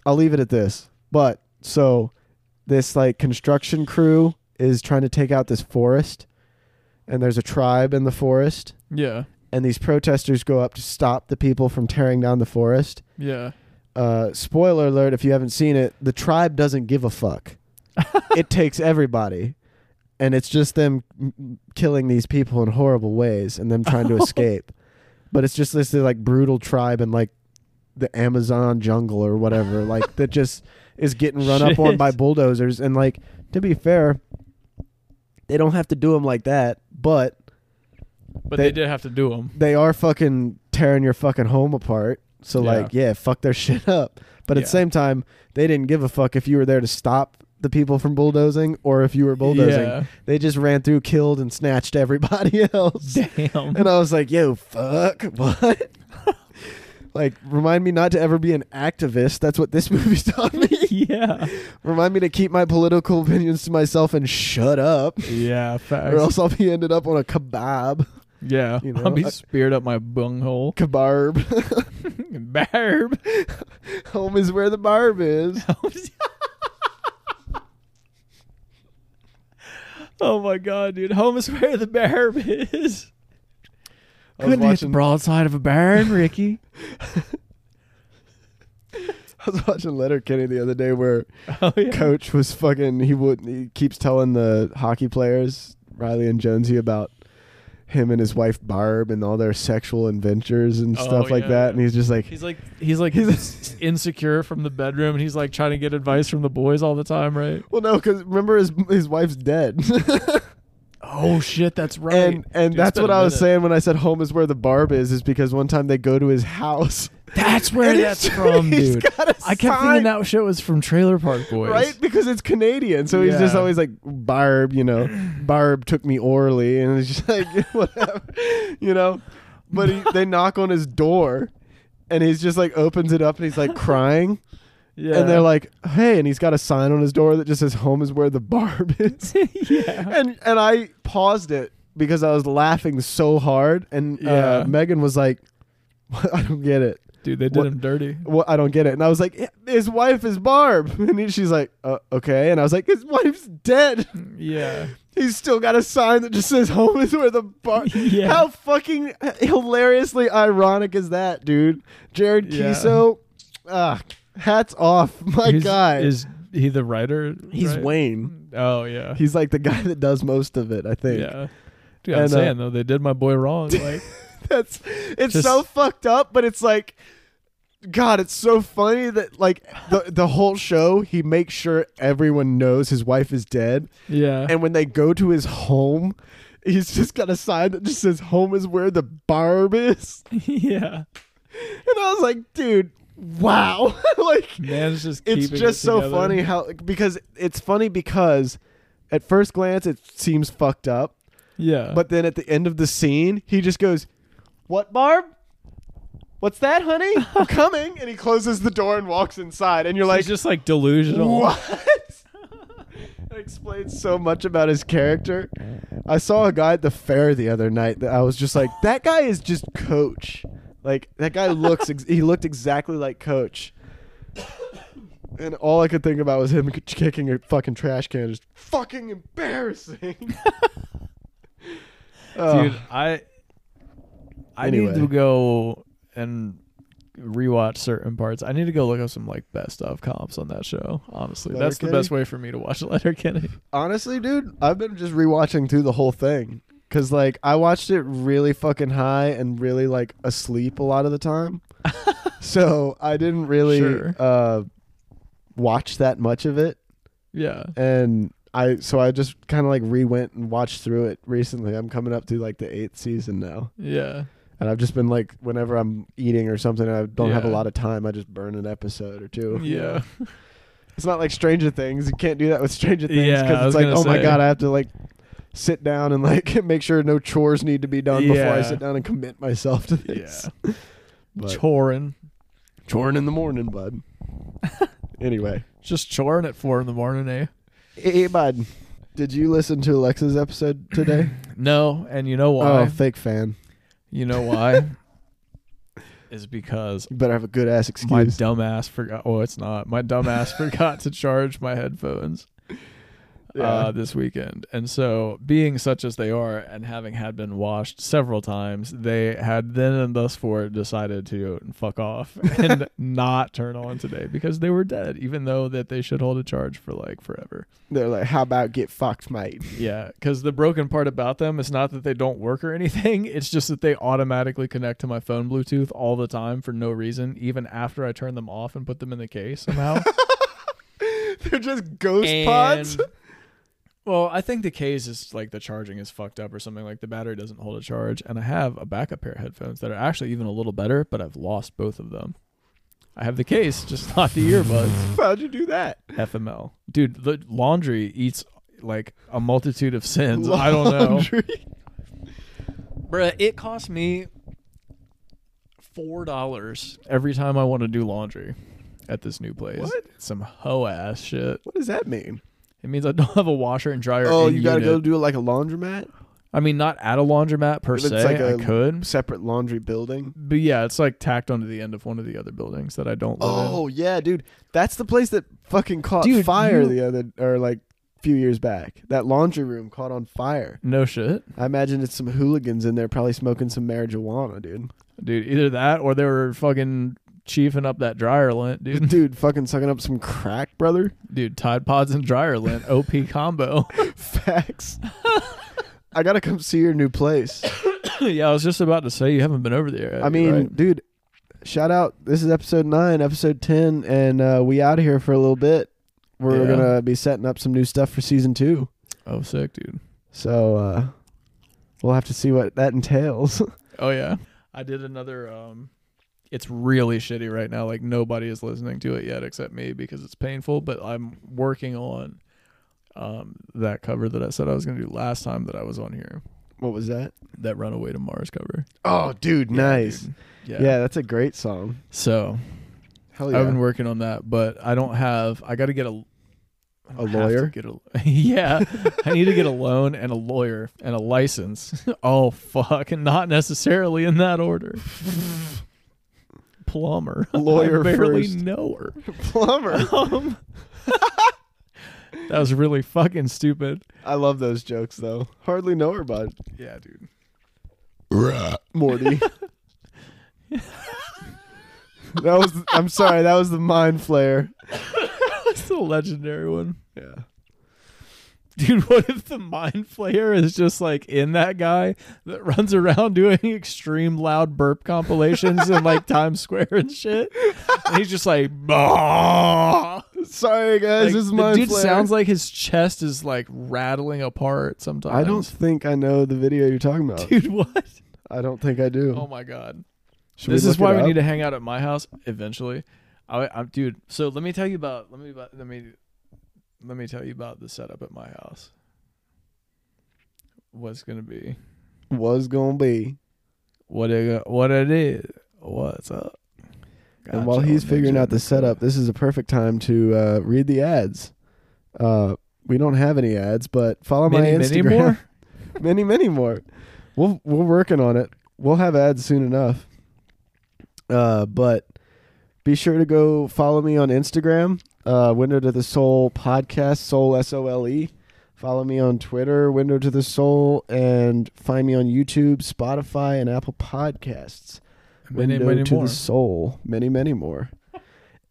A: I'll leave it at this. But so this like construction crew is trying to take out this forest and there's a tribe in the forest
B: Yeah,
A: and these protesters go up to stop the people from tearing down the forest.
B: yeah.
A: Uh spoiler alert if you haven't seen it, the tribe doesn't give a fuck. it takes everybody. And it's just them mm, killing these people in horrible ways and them trying to escape. But it's just this like brutal tribe in like the Amazon jungle or whatever, like that just is getting run up on
B: Shit.
A: by bulldozers. And like to be fair, they don't have to do them like that, but
B: But they,
A: They-
B: did have to do them.
A: they are fucking tearing your fucking home apart. So
B: Yeah.
A: like, yeah, fuck their shit up. But at
B: Yeah.
A: the same time, they didn't give a fuck if you were there to stop the people from bulldozing or if you were bulldozing.
B: Yeah.
A: They just ran through, killed, and snatched everybody else.
B: Damn.
A: And I was like, yo, fuck, what? like, remind me not to ever be an activist. That's what this movie's taught me.
B: yeah.
A: remind me to keep my political opinions to myself and shut up,
B: Yeah. Facts.
A: or else I'll be ended up on a kebab.
B: yeah.
A: you know,
B: I'll be
A: I-
B: speared up my bunghole.
A: Kebab.
B: Barb.
A: Home is where the barb is.
B: oh my god, dude. Home is where the barb is.
A: I was, watching,
B: broadside of a baron, Ricky.
A: I was watching Letter Kenny the other day where
B: oh yeah.
A: coach was fucking he would he keeps telling the hockey players riley and jonesy about him and his wife barb and all their sexual adventures and
B: Oh,
A: stuff like
B: yeah.
A: that and he's just like
B: He's like he's like
A: He's-
B: insecure from the bedroom and he's like trying to get advice from the boys all the time, right?
A: well no because remember his his wife's dead
B: Oh shit, that's right.
A: and and
B: Dude, it's
A: that's
B: been
A: what
B: a
A: i was
B: minute.
A: saying when i said home is where the barb is is because one time they go to his house
B: That's where
A: and
B: that's
A: he's-
B: from,
A: he's
B: dude.
A: got a
B: I kept
A: sign,
B: thinking that shit was from Trailer Park Boys.
A: right because it's canadian so he's just
B: Yeah.
A: always like barb you know barb took me orally and it's just like whatever you know but he, they knock on his door and he's just like opens it up and he's like crying
B: Yeah.
A: and they're like hey and he's got a sign on his door that just says home is where the barb is
B: yeah.
A: and and i paused it because i was laughing so hard and uh,
B: Yeah.
A: megan was like "What? i don't get it
B: Dude, they did
A: What-
B: him dirty.
A: well, I don't get it. And I was like, his wife is Barb. And he- she's like, uh, okay. And I was like, his wife's dead.
B: Yeah.
A: He's still got a sign that just says home is where the bar.
B: Yeah.
A: How fucking hilariously ironic is that, dude? Jared
B: Yeah.
A: Kiso, ah, hats off. My
B: Who's-
A: guy.
B: Is he the writer?
A: He's
B: right?
A: Wayne.
B: Oh yeah.
A: He's like the guy that does most of it, I think.
B: yeah. Dude, I'm
A: And, uh,
B: saying though, they did my boy wrong. Like
A: That's it's
B: Just-
A: so fucked up, but it's like God, it's so funny that like the the whole show he makes sure everyone knows his wife is dead.
B: Yeah.
A: And when they go to his home, he's just got a sign that just says home is where the barb is.
B: yeah.
A: And I was like, dude, wow. like
B: Man, it's just
A: it's
B: keeping it
A: just so
B: together.
A: funny how because it's funny because at first glance it seems fucked up,
B: Yeah.
A: but then at the end of the scene, he just goes, "What, Barb? What's that, honey? I'm coming!" And he closes the door and walks inside. And you're
B: like
A: like,
B: he's just like delusional.
A: "What?" That explains so much about his character. I saw a guy at the fair the other night that I was just like, "That guy is just Coach." Like that guy looks. Ex- he looked exactly like Coach. And all I could think about was him kicking a fucking trash can. Just fucking embarrassing. Oh.
B: Dude, I I
A: Anyway.
B: need to go and rewatch certain parts. I need to go look up some like best of comps on that show. Honestly, that's the
A: Letterkenny?
B: best way for me to watch Letterkenny.
A: Honestly, dude, I've been just rewatching through the whole thing because like I watched it really fucking high and really like asleep a lot of the time, so I didn't really
B: Sure.
A: uh, watch that much of it,
B: Yeah.
A: and I so I just kind of like rewent and watched through it recently. I'm coming up to like the eighth season now,
B: Yeah.
A: and I've just been like whenever I'm eating or something, and I don't have a
B: Yeah.
A: lot of time. I just burn an episode or two.
B: Yeah.
A: It's not like Stranger Things. You can't do that with Stranger Things
B: Yeah,
A: because
B: I
A: it's
B: was
A: like,
B: gonna
A: oh my
B: say.
A: god, I have to like sit down and like make sure no chores need to be done before I
B: Yeah.
A: sit down and commit myself to
B: Yeah.
A: this. But-
B: Chorin.
A: Chorin in the morning, bud. anyway,
B: Just chorin at four in the morning, eh?
A: hey, bud, did you listen to Alexa's episode today?
B: No, and you know why?
A: oh, fake fan.
B: you know why? Is because
A: You better have a good ass
B: my
A: excuse.
B: dumbass forgot. Oh, it's not. My dumbass forgot to charge my headphones
A: Yeah.
B: uh, this weekend, and so being such as they are, and having had been washed several times, they had then and thus for decided to fuck off and not turn on today because they were dead, even though that they should hold a charge for like forever.
A: They're like, how about get fucked, mate?
B: Yeah, because the broken part about them is not that they don't work or anything. It's just that they automatically connect to my phone Bluetooth all the time for no reason, even after I turn them off and put them in the case somehow.
A: They're just ghost pods.
B: And- Well, I think the case is like the charging is fucked up or something. Like the battery doesn't hold a charge, and I have a backup pair of headphones that are actually even a little better, but I've lost both of them. I have the case, just not the earbuds.
A: How'd you do that?
B: FML, dude. The laundry eats like a multitude of sins. I don't know,
A: Laundry.
B: bruh. It cost me four dollars every time I want to do laundry at this new place.
A: What?
B: Some hoe ass shit.
A: What does that mean?
B: It means I don't have a washer and dryer.
A: Oh,
B: in
A: you gotta
B: unit.
A: go do it like a laundromat,
B: I mean, not at a laundromat per
A: If it's
B: se.
A: like
B: I
A: a-
B: could,
A: separate laundry building.
B: but yeah, it's like tacked onto the end of one of the other buildings that I don't live in.
A: Oh yeah, dude, that's the place that fucking caught
B: Dude,
A: fire
B: you-
A: the other or like few years back. That laundry room caught on fire.
B: No shit,
A: I imagine it's some hooligans in there probably smoking some marijuana, dude.
B: dude. Either that or they were fucking chiefing up that dryer lint, dude.
A: Dude, fucking sucking up some crack, brother.
B: dude, Tide Pods and dryer lint, OP combo.
A: Facts. I gotta come see your new place.
B: yeah, I was just about to say you haven't been over there.
A: I mean,
B: right?
A: dude, shout out. This is episode nine, episode ten, and uh, we out of here for a little bit. We're
B: Yeah.
A: gonna be setting up some new stuff for season two,
B: oh sick, dude.
A: so uh, we'll have to see what that entails.
B: Oh yeah, I did another. um It's really shitty right now. Like nobody is listening to it yet except me because it's painful. But I'm working on um that cover that I said I was gonna do last time that I was on here.
A: what was that?
B: That Runaway to Mars cover.
A: Oh, dude, nice.
B: Dude,
A: Yeah. that's a great song.
B: So
A: Hell Oh, yeah.
B: I've been working on that, but I don't have. I got to get a I don't
A: A
B: have to
A: lawyer?
B: Get a, yeah, I need to get a loan and a lawyer and a license. oh fuck, and not necessarily in that order. Plumber,
A: Lawyer
B: I barely
A: first.
B: know her.
A: Plumber.
B: Um, that was really fucking stupid.
A: I love those jokes though. Hardly know her, bud.
B: Yeah, dude.
A: Morty. that was. I'm sorry. That was the mind flare.
B: That's the legendary one.
A: Yeah.
B: Dude, what if the mind flayer is just like in that guy that runs around doing extreme loud burp compilations in like Times Square and shit? And he's just like, "Bah."
A: Sorry guys,
B: Like,
A: this is
B: the
A: mind
B: dude
A: flare.
B: sounds like his chest is like rattling apart sometimes.
A: I don't think I know the video you're talking about.
B: dude, what?
A: I don't think I do.
B: Oh my god!
A: Should
B: this
A: we
B: is
A: look
B: why
A: it
B: we
A: up?
B: need to hang out at my house eventually. I, I'm, dude. So let me tell you about let me about, let me let me tell you about the setup at my house. What's gonna be?
A: was gonna be.
B: what it what it is. What's up?
A: and while he's figuring out the setup, this is a perfect time to uh, read the ads. Uh, we don't have any ads, but follow
B: many,
A: my
B: many
A: Instagram.
B: more.
A: many, many more. We'll we're working on it. We'll have ads soon enough. Uh, but be sure to go follow me on Instagram, uh, Window to the Soul podcast, Soul S O L E. Follow me on Twitter, Window to the Soul, and find me on YouTube, Spotify, and Apple Podcasts.
B: Many,
A: Window
B: many
A: to
B: more.
A: the Soul, many, many more.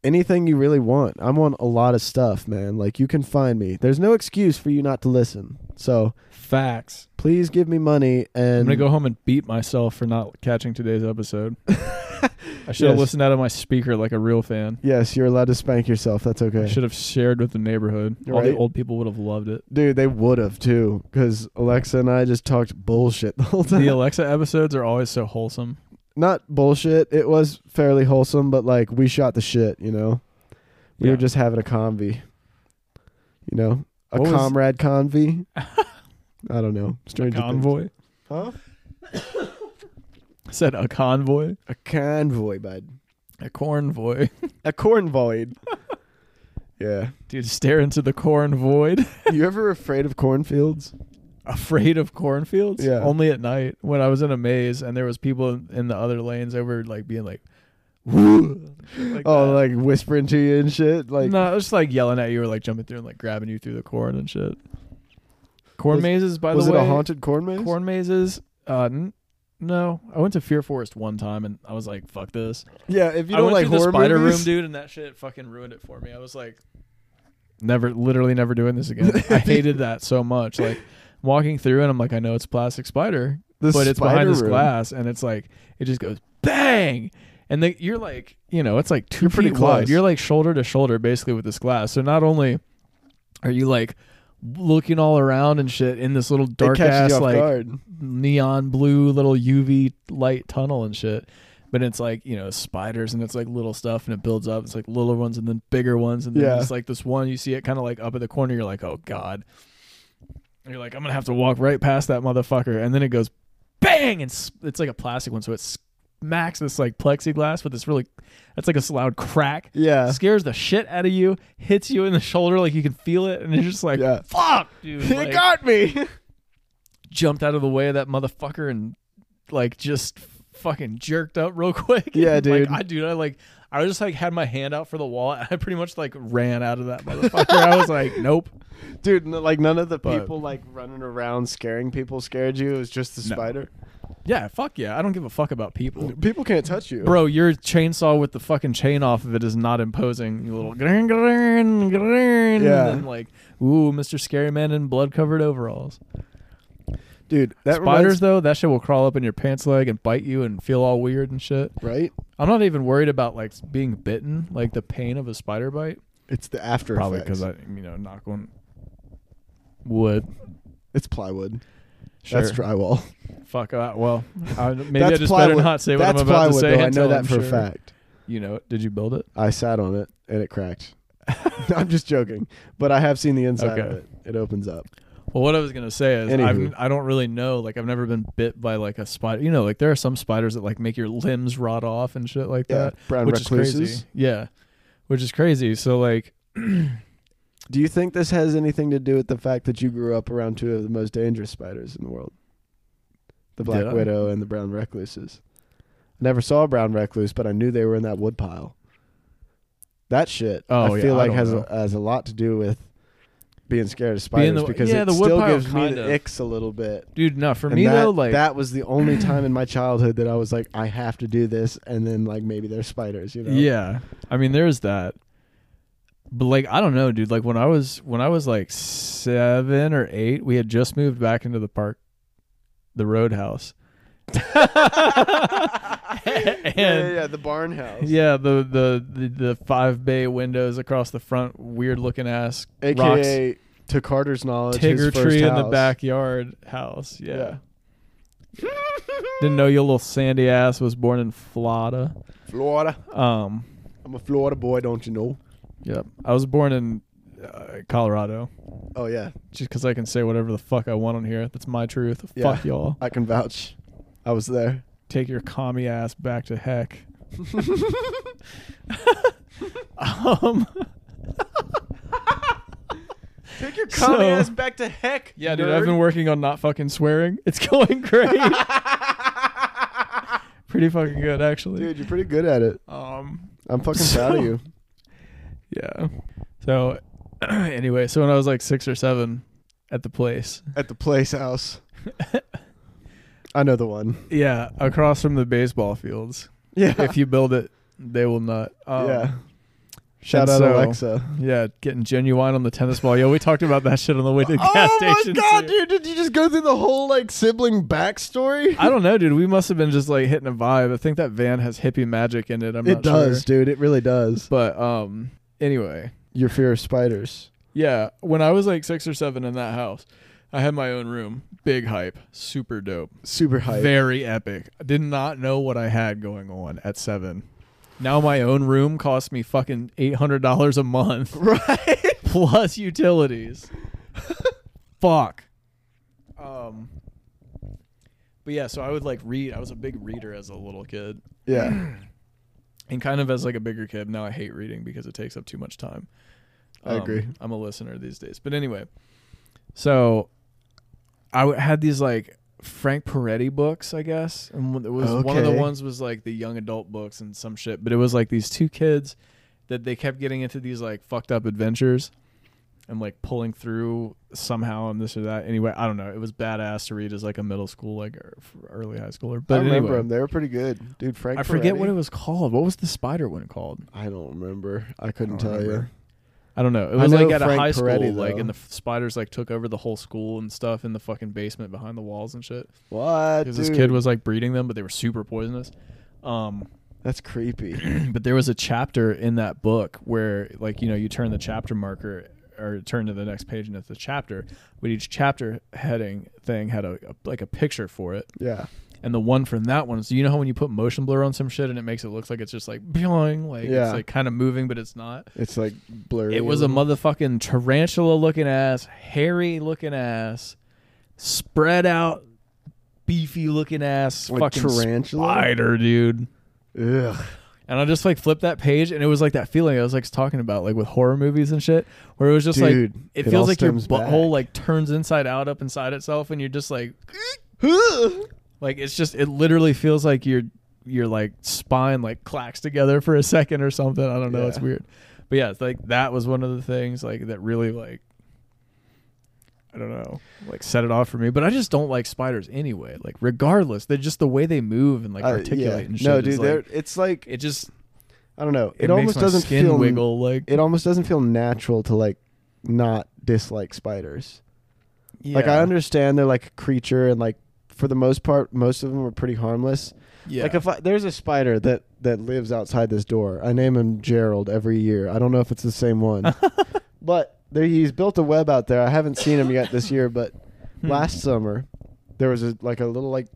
A: Anything you really want. I'm on a lot of stuff, man. Like you can find me. There's no excuse for you not to listen. So
B: Facts.
A: please give me money and
B: I'm gonna go home and beat myself for not catching today's episode. I should have
A: Yes.
B: listened out of my speaker like a real fan.
A: yes you're allowed to spank yourself that's
B: I
A: okay
B: should have shared with the neighborhood. All
A: Right.
B: the old people would have loved it.
A: dude they would have too because alexa and i just talked bullshit the whole time
B: The Alexa episodes are always so wholesome.
A: not bullshit it was fairly wholesome but like we shot the shit you know we
B: Yeah.
A: were just having a convy you know a
B: What was-
A: comrade convy i don't know
B: a
A: strange
B: convoy.
A: huh
B: Said a convoy,
A: a convoy bud
B: a cornvoy.
A: a corn void yeah
B: Dude, stare into the corn void.
A: you ever afraid of cornfields
B: afraid of cornfields
A: Yeah.
B: only at night when i was in a maze and there was people in- in the other lanes that were like being like "Woo," like
A: oh
B: that.
A: like whispering to you and shit like
B: no just like yelling at you or like jumping through and like grabbing you through the corn and shit corn
A: Was-
B: mazes by
A: was
B: the
A: it
B: way
A: a haunted corn maze
B: corn mazes uh n- no i went to fear forest one time and i was like fuck this
A: yeah if you
B: i
A: don't
B: went
A: like
B: through
A: horror
B: the spider
A: movies,
B: room dude and that shit fucking ruined it for me i was like never literally never doing this again i hated that so much like walking through and i'm like i know it's a plastic spider
A: The
B: but it's
A: spider
B: behind this
A: room.
B: glass and it's like it just goes bang and then you're like you know it's like 2
A: You're
B: feet
A: pretty close.
B: wide you're like shoulder to shoulder basically with this glass so not only are you like looking all around and shit in this little
A: It
B: dark
A: catches you
B: ass
A: off
B: like
A: guard.
B: neon blue little uv light tunnel and shit But it's like you know spiders, and it's like little stuff, and it builds up. It's like little ones, and then bigger ones, and then
A: Yeah.
B: it's like this one. You see it kind of like up at the corner. You're like, oh god. And you're like, I'm gonna have to walk right past that motherfucker, and then it goes, bang, and s- it's like a plastic one, so it smacks this like plexiglass with this really, that's like a loud crack.
A: Yeah.
B: Scares the shit out of you, hits you in the shoulder like you can feel it, and you're just like,
A: Yeah.
B: "Fuck, dude!"
A: It
B: like-
A: got me.
B: jumped out of the way of that motherfucker and like just fucking jerked up real quick.
A: Yeah,
B: And,
A: dude.
B: Like, I dude, I like I just like had my hand out for the wall. And I pretty much like ran out of that motherfucker. I was like, nope.
A: Dude, n- like none of the
B: But-
A: people like running around scaring people scared you. It was just the
B: No.
A: spider.
B: Yeah, fuck yeah. I don't give a fuck about people.
A: People can't touch you.
B: Bro, your chainsaw with the fucking chain off of it is not imposing. You little green, green, green.
A: Yeah.
B: And then like, ooh, Mr. Scary Man in blood covered overalls.
A: Dude, that
B: Spiders though, that shit will crawl up in your pants leg and bite you and feel all weird and shit.
A: reminds- right?
B: I'm not even worried about like being bitten, like the pain of a spider bite.
A: It's the after
B: Probably
A: effects.
B: because I, you know, knock on wood.
A: it's plywood.
B: Sure.
A: That's drywall.
B: Fuck. Uh, well, I, maybe I
A: That's
B: just
A: plywood.
B: better not say what
A: That's
B: I'm about
A: plywood,
B: to say.
A: though. I
B: until
A: know that
B: I'm
A: for a
B: sure.
A: fact.
B: You know, it. did you build it?
A: I sat on it and it cracked. I'm just joking, but I have seen the inside of
B: Okay. Uh,
A: it. It opens up.
B: Well, what I was gonna say is
A: Anywho.
B: I've, I don't really know. Like I've never been bit by like a spider. You know, like there are some spiders that like make your limbs rot off and shit like
A: Yeah,
B: that,
A: brown
B: which
A: recluses.
B: is crazy. Yeah, which is crazy. So like,
A: Do you think this has anything to do with the fact that you grew up around two of the most dangerous spiders in the world? The Black
B: Did I?
A: Widow and the Brown Recluses. I never saw a Brown Recluse, but I knew they were in that wood pile. That shit,
B: Oh,
A: I
B: yeah,
A: feel
B: I
A: like
B: don't
A: has
B: know.
A: a, has a lot to do with being scared of spiders
B: the-
A: because
B: yeah,
A: it
B: the wood
A: still
B: pile
A: gives me
B: kind
A: the
B: of.
A: icks a little bit.
B: dude, no, for
A: And
B: me
A: that,
B: though, like
A: that was the only time in my childhood that I was like, I have to do this, and then like maybe they're spiders, you know?
B: Yeah. I mean, there's that. But like I don't know, dude. Like when I was when I was like 7 or 8, we had just moved back into the park, the roadhouse.
A: yeah, yeah,
B: and
A: yeah, the barn house,
B: yeah, the the the, the five bay windows across the front, weird looking ass rocks,
A: aka to Carter's knowledge, his
B: tigger
A: first
B: tree in the
A: house.
B: backyard house. Yeah. Didn't know your little sandy ass was born in Florida.
A: Florida.
B: Um,
A: I'm a Florida boy, don't you know?
B: yep. I was born in uh, Colorado.
A: Oh yeah,
B: just because I can say whatever the fuck I want on here. That's my truth.
A: Yeah.
B: Fuck y'all.
A: I can vouch. I was there.
B: Take your commie ass back to heck. um,
A: Take your
B: commie So- ass
A: back to heck.
B: yeah, dude, I've been working on not fucking swearing. It's going great. Pretty fucking good, actually.
A: Dude, you're pretty good at it.
B: Um,
A: I'm fucking proud of you.
B: yeah. So, anyway, so when I was like six or seven at the place,
A: At the place house. I know the one.
B: yeah, across from the baseball fields,
A: Yeah.
B: if you build it, they will not. Um,
A: yeah. Shout
B: and
A: out
B: so-
A: Alexa.
B: Yeah, getting genuine on the tennis ball. Yo, we talked about that shit on the way to the gas station. too.
A: Oh dude! Did you just go through the whole like sibling backstory?
B: I don't know, dude. We must have been just like hitting a vibe. I think that van has hippie magic in it. I'm
A: it
B: not
A: does,
B: sure.
A: dude. It really does.
B: But um anyway.
A: Your fear of spiders.
B: Yeah. When I was like six or seven in that house, I had my own room. Big hype. Super dope.
A: Super hype.
B: Very epic. I did not know what I had going on at seven. Now my own room cost me fucking eight hundred dollars a month.
A: right?
B: plus utilities. Fuck. Um. But yeah, so I would like read. I was a big reader as a little kid,
A: Yeah.
B: and kind of as like a bigger kid. Now I hate reading because it takes up too much time. Um,
A: I agree.
B: I'm a listener these days, but anyway. So, I w- had these like Frank Peretti books, I guess, and one- it was one of the
A: Okay.
B: ones was like the young adult books and some shit. But it was like these two kids that they kept getting into these like fucked up adventures and like pulling through somehow and this or that. Anyway, I don't know. It was badass to read as like a middle school, like or f- early high schooler. But
A: I remember
B: anyway,
A: them. They were pretty good, dude. Frank.
B: I forget
A: Peretti?
B: what it was called. What was the spider one called?
A: I don't remember. I couldn't
B: don't
A: tell
B: remember. I don't know. It was
A: know
B: like at
A: Frank
B: a high
A: Peretti,
B: school, like,
A: though.
B: and the f- spiders like took over the whole school and stuff in the fucking basement behind the walls and shit.
A: you. What?
B: Because this
A: dude?
B: kid was like breeding them, but they were super poisonous. Um,
A: That's creepy.
B: but there was a chapter in that book where like you know you turn the chapter marker or turn to the next page and it's the chapter but each chapter heading thing had a, a- like a picture for it
A: Yeah.
B: and the one from that one. So you know how when you put motion blur on some shit and it makes it look like it's just like boing, like
A: Yeah.
B: it's like kind of moving, but it's not.
A: It's like blurry.
B: It was a motherfucking tarantula looking ass, hairy looking ass, spread out, beefy looking ass,
A: Like
B: fucking
A: tarantula?
B: spider, dude.
A: Ugh.
B: And I just like flipped that page, and it was like that feeling I was like talking about, like with horror movies and shit, where it was just
A: Dude,
B: like
A: it
B: it,
A: all
B: feels like your
A: stems
B: butthole
A: back.
B: like turns inside out, up inside itself, and you're just like, like it's just it literally feels like your your like spine like clacks together for a second or something. I don't know, it's
A: Yeah.
B: weird, but yeah, it's like that was one of the things like that really like I don't know, like set it off for me. But I just don't like spiders anyway. Like regardless, they're just the way they move and like
A: I-
B: articulate
A: yeah.
B: and shit.
A: No,
B: is,
A: dude,
B: like,
A: they're it's like
B: it just
A: I don't know. It,
B: it,
A: almost doesn't
B: skin
A: feel
B: wiggle like
A: It almost doesn't feel natural to like not dislike spiders. Like I understand they're like a creature and like for the most part most of them are pretty harmless.
B: yeah.
A: Like if I, there's a spider that that lives outside this door. I name him Gerald every year. I don't know if it's the same one. but there, he's built a web out there. I haven't seen him yet this year, but
B: Hmm.
A: last summer there was a like a little like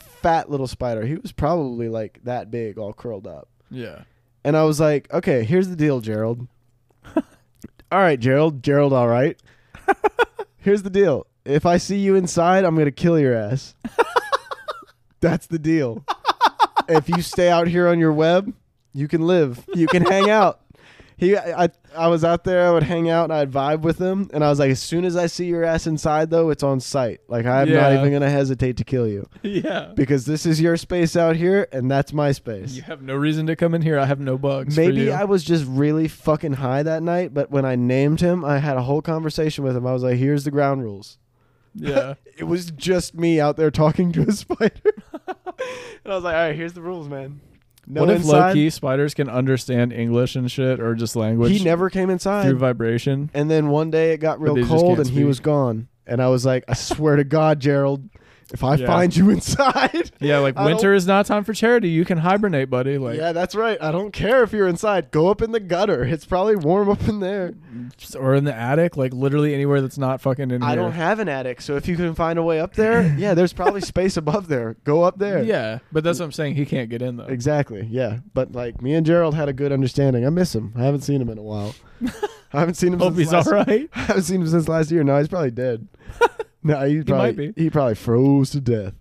A: fat little spider. He was probably like that big all curled up.
B: yeah
A: And I was like, "Okay, here's the deal, Gerald." all right, Gerald. Gerald, all right. here's the deal. If I see you inside, I'm going to kill your ass. That's the deal. if you stay out here on your web, you can live. You can hang out. He, I, I was out there. I would hang out and I'd vibe with him. And I was like, as soon as I see your ass inside, though, it's on site. Like I'm not
B: Yeah.
A: even gonna hesitate to kill you
B: yeah.
A: because this is your space out here, and that's my space.
B: You have no reason to come in here. I have no bugs. for
A: Maybe
B: you.
A: I was just really fucking high that night, but when I named him, I had a whole conversation with him. I was like, here's the ground rules.
B: yeah
A: It was just me out there talking to a spider. and I was like, all right, here's the rules, man. No
B: what if
A: inside.
B: low key spiders can understand English and shit or just language
A: he never came inside.
B: through vibration?
A: and then one day it got
B: they
A: real
B: just
A: cold
B: can't
A: and he
B: speak.
A: was gone. And I was like, I swear to God, Gerald, if I
B: Yeah.
A: find you inside.
B: Yeah, like
A: I don't-
B: winter is not time for charity. You can hibernate, buddy. Like
A: yeah, that's right. I don't care if you're inside. Go up in the gutter. It's probably warm up in there.
B: or in the attic, like literally anywhere that's not fucking in
A: I
B: here.
A: don't have an attic, so if you can find a way up there, yeah, there's probably space above there. Go up there.
B: Yeah, but that's what I'm saying. He can't get in though.
A: Exactly. Yeah. But like me and Gerald had a good understanding. I miss him. I haven't seen him in a while. I haven't seen him
B: Hope
A: since
B: he's all
A: last,
B: right.
A: I haven't seen him since last year. No, he's probably dead. no, he probably
B: might
A: he probably froze to death.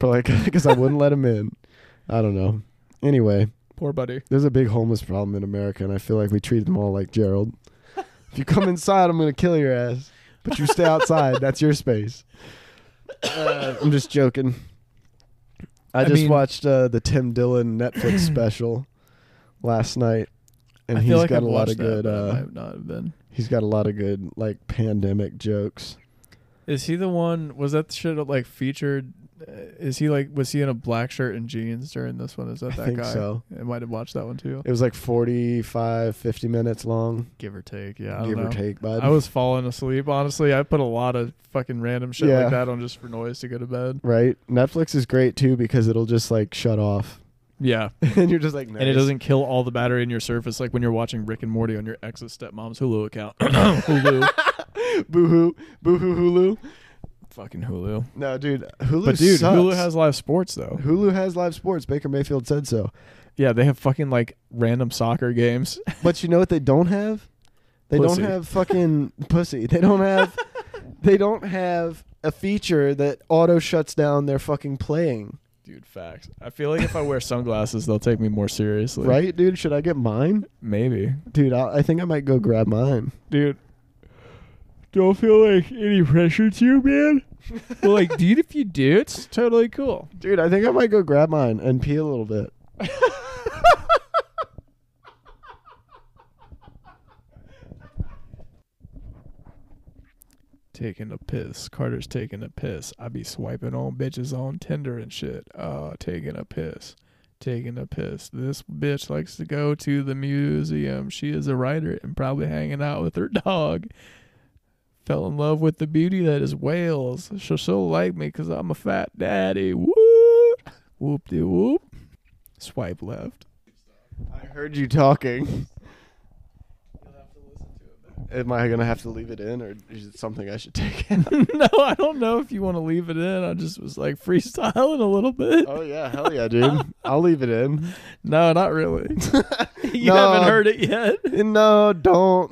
A: Probably because I wouldn't let him in. I don't know. Anyway,
B: Poor buddy.
A: there's a big homeless problem in America, and I feel like we treat them all like Gerald. If you come inside, I'm gonna kill your ass. But you stay outside. That's your space. Uh, I'm just joking. I,
B: I
A: just
B: mean-
A: watched uh, the Tim Dillon Netflix special last night, and
B: I
A: he's
B: feel like
A: got
B: I've
A: a lot
B: watched
A: of good.
B: That, but I might
A: uh,
B: have not have been.
A: he's got a lot of good like pandemic jokes.
B: Is he the one? Was that shit like featured? uh, Is he like? Was he in a black shirt and jeans during this one? Is that
A: I
B: that
A: think
B: guy?
A: so.
B: I might have watched that one too.
A: It was like 45, 50 minutes long,
B: Give or take, yeah. I don't
A: give
B: know.
A: or take. Bud.
B: I was falling asleep. Honestly, I put a lot of fucking random shit
A: Yeah.
B: like that on just for noise to go to bed.
A: right. Netflix is great too because it'll just like shut off,
B: Yeah,
A: and you're just like,
B: and it
A: "Nice."
B: doesn't kill all the battery in your surface like when you're watching Rick and Morty on your ex's stepmom's Hulu account. Hulu,
A: Boohoo, boohoo, Hulu.
B: fucking Hulu.
A: No, dude, Hulu.
B: But dude,
A: sucks.
B: Hulu has live sports though.
A: Hulu has live sports. Baker Mayfield said so.
B: Yeah, they have fucking like random soccer games.
A: But you know what they don't have? They
B: Pussy.
A: don't have fucking pussy. They don't have. they don't have a feature that auto shuts down their fucking playing.
B: Dude, facts. I feel like if I wear sunglasses, they'll take me more seriously.
A: Right, dude? Should I get mine?
B: Maybe.
A: Dude, I, I think I might go grab mine.
B: Dude, don't feel like any pressure to you, man. well, like, dude, if you do, it's totally cool.
A: Dude, I think I might go grab mine and pee a little bit.
B: Taking a piss. Carter's taking a piss. I be swiping on bitches on Tinder and shit. Uh, taking a piss. Taking a piss. This bitch likes to go to the museum. She is a writer and probably hanging out with her dog. Fell in love with the beauty that is Wales. She'll, she'll like me because I'm a fat daddy. Whoop. Whoop de whoop. Swipe left.
A: I heard you talking. Am I gonna have to leave it in, or is it something I should take out?
B: no, I don't know if you want to leave it in. I just was like freestyling a little bit.
A: oh yeah, hell yeah, dude! I'll leave it in.
B: No, not really. you
A: No.
B: haven't heard it yet.
A: No, don't.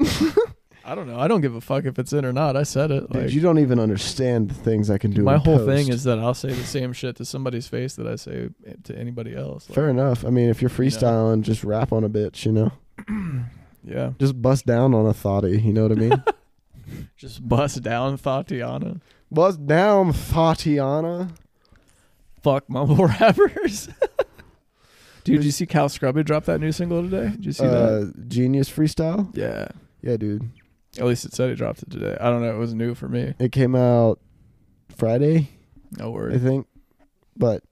B: I don't know. I don't give a fuck if it's in or not. I said it. Like,
A: Dude, you don't even understand the things I can do.
B: my
A: in
B: whole
A: post.
B: thing is that I'll say the same shit to somebody's face that I say to anybody else. Like,
A: fair enough. I mean, if you're freestyling, just rap on a bitch, you know,
B: Yeah.
A: just bust down on a thoughty. You know what I mean?
B: Just bust down Tatiana.
A: bust down, Tatiana.
B: Fuck mumble rappers. Dude, did you see Cal Scrubby drop that new single today? Did you see that?
A: Uh, genius freestyle.
B: Yeah.
A: Yeah, dude.
B: At least it said he dropped it today. I don't know. It was new for me.
A: It came out Friday, I
B: No worries.
A: think, but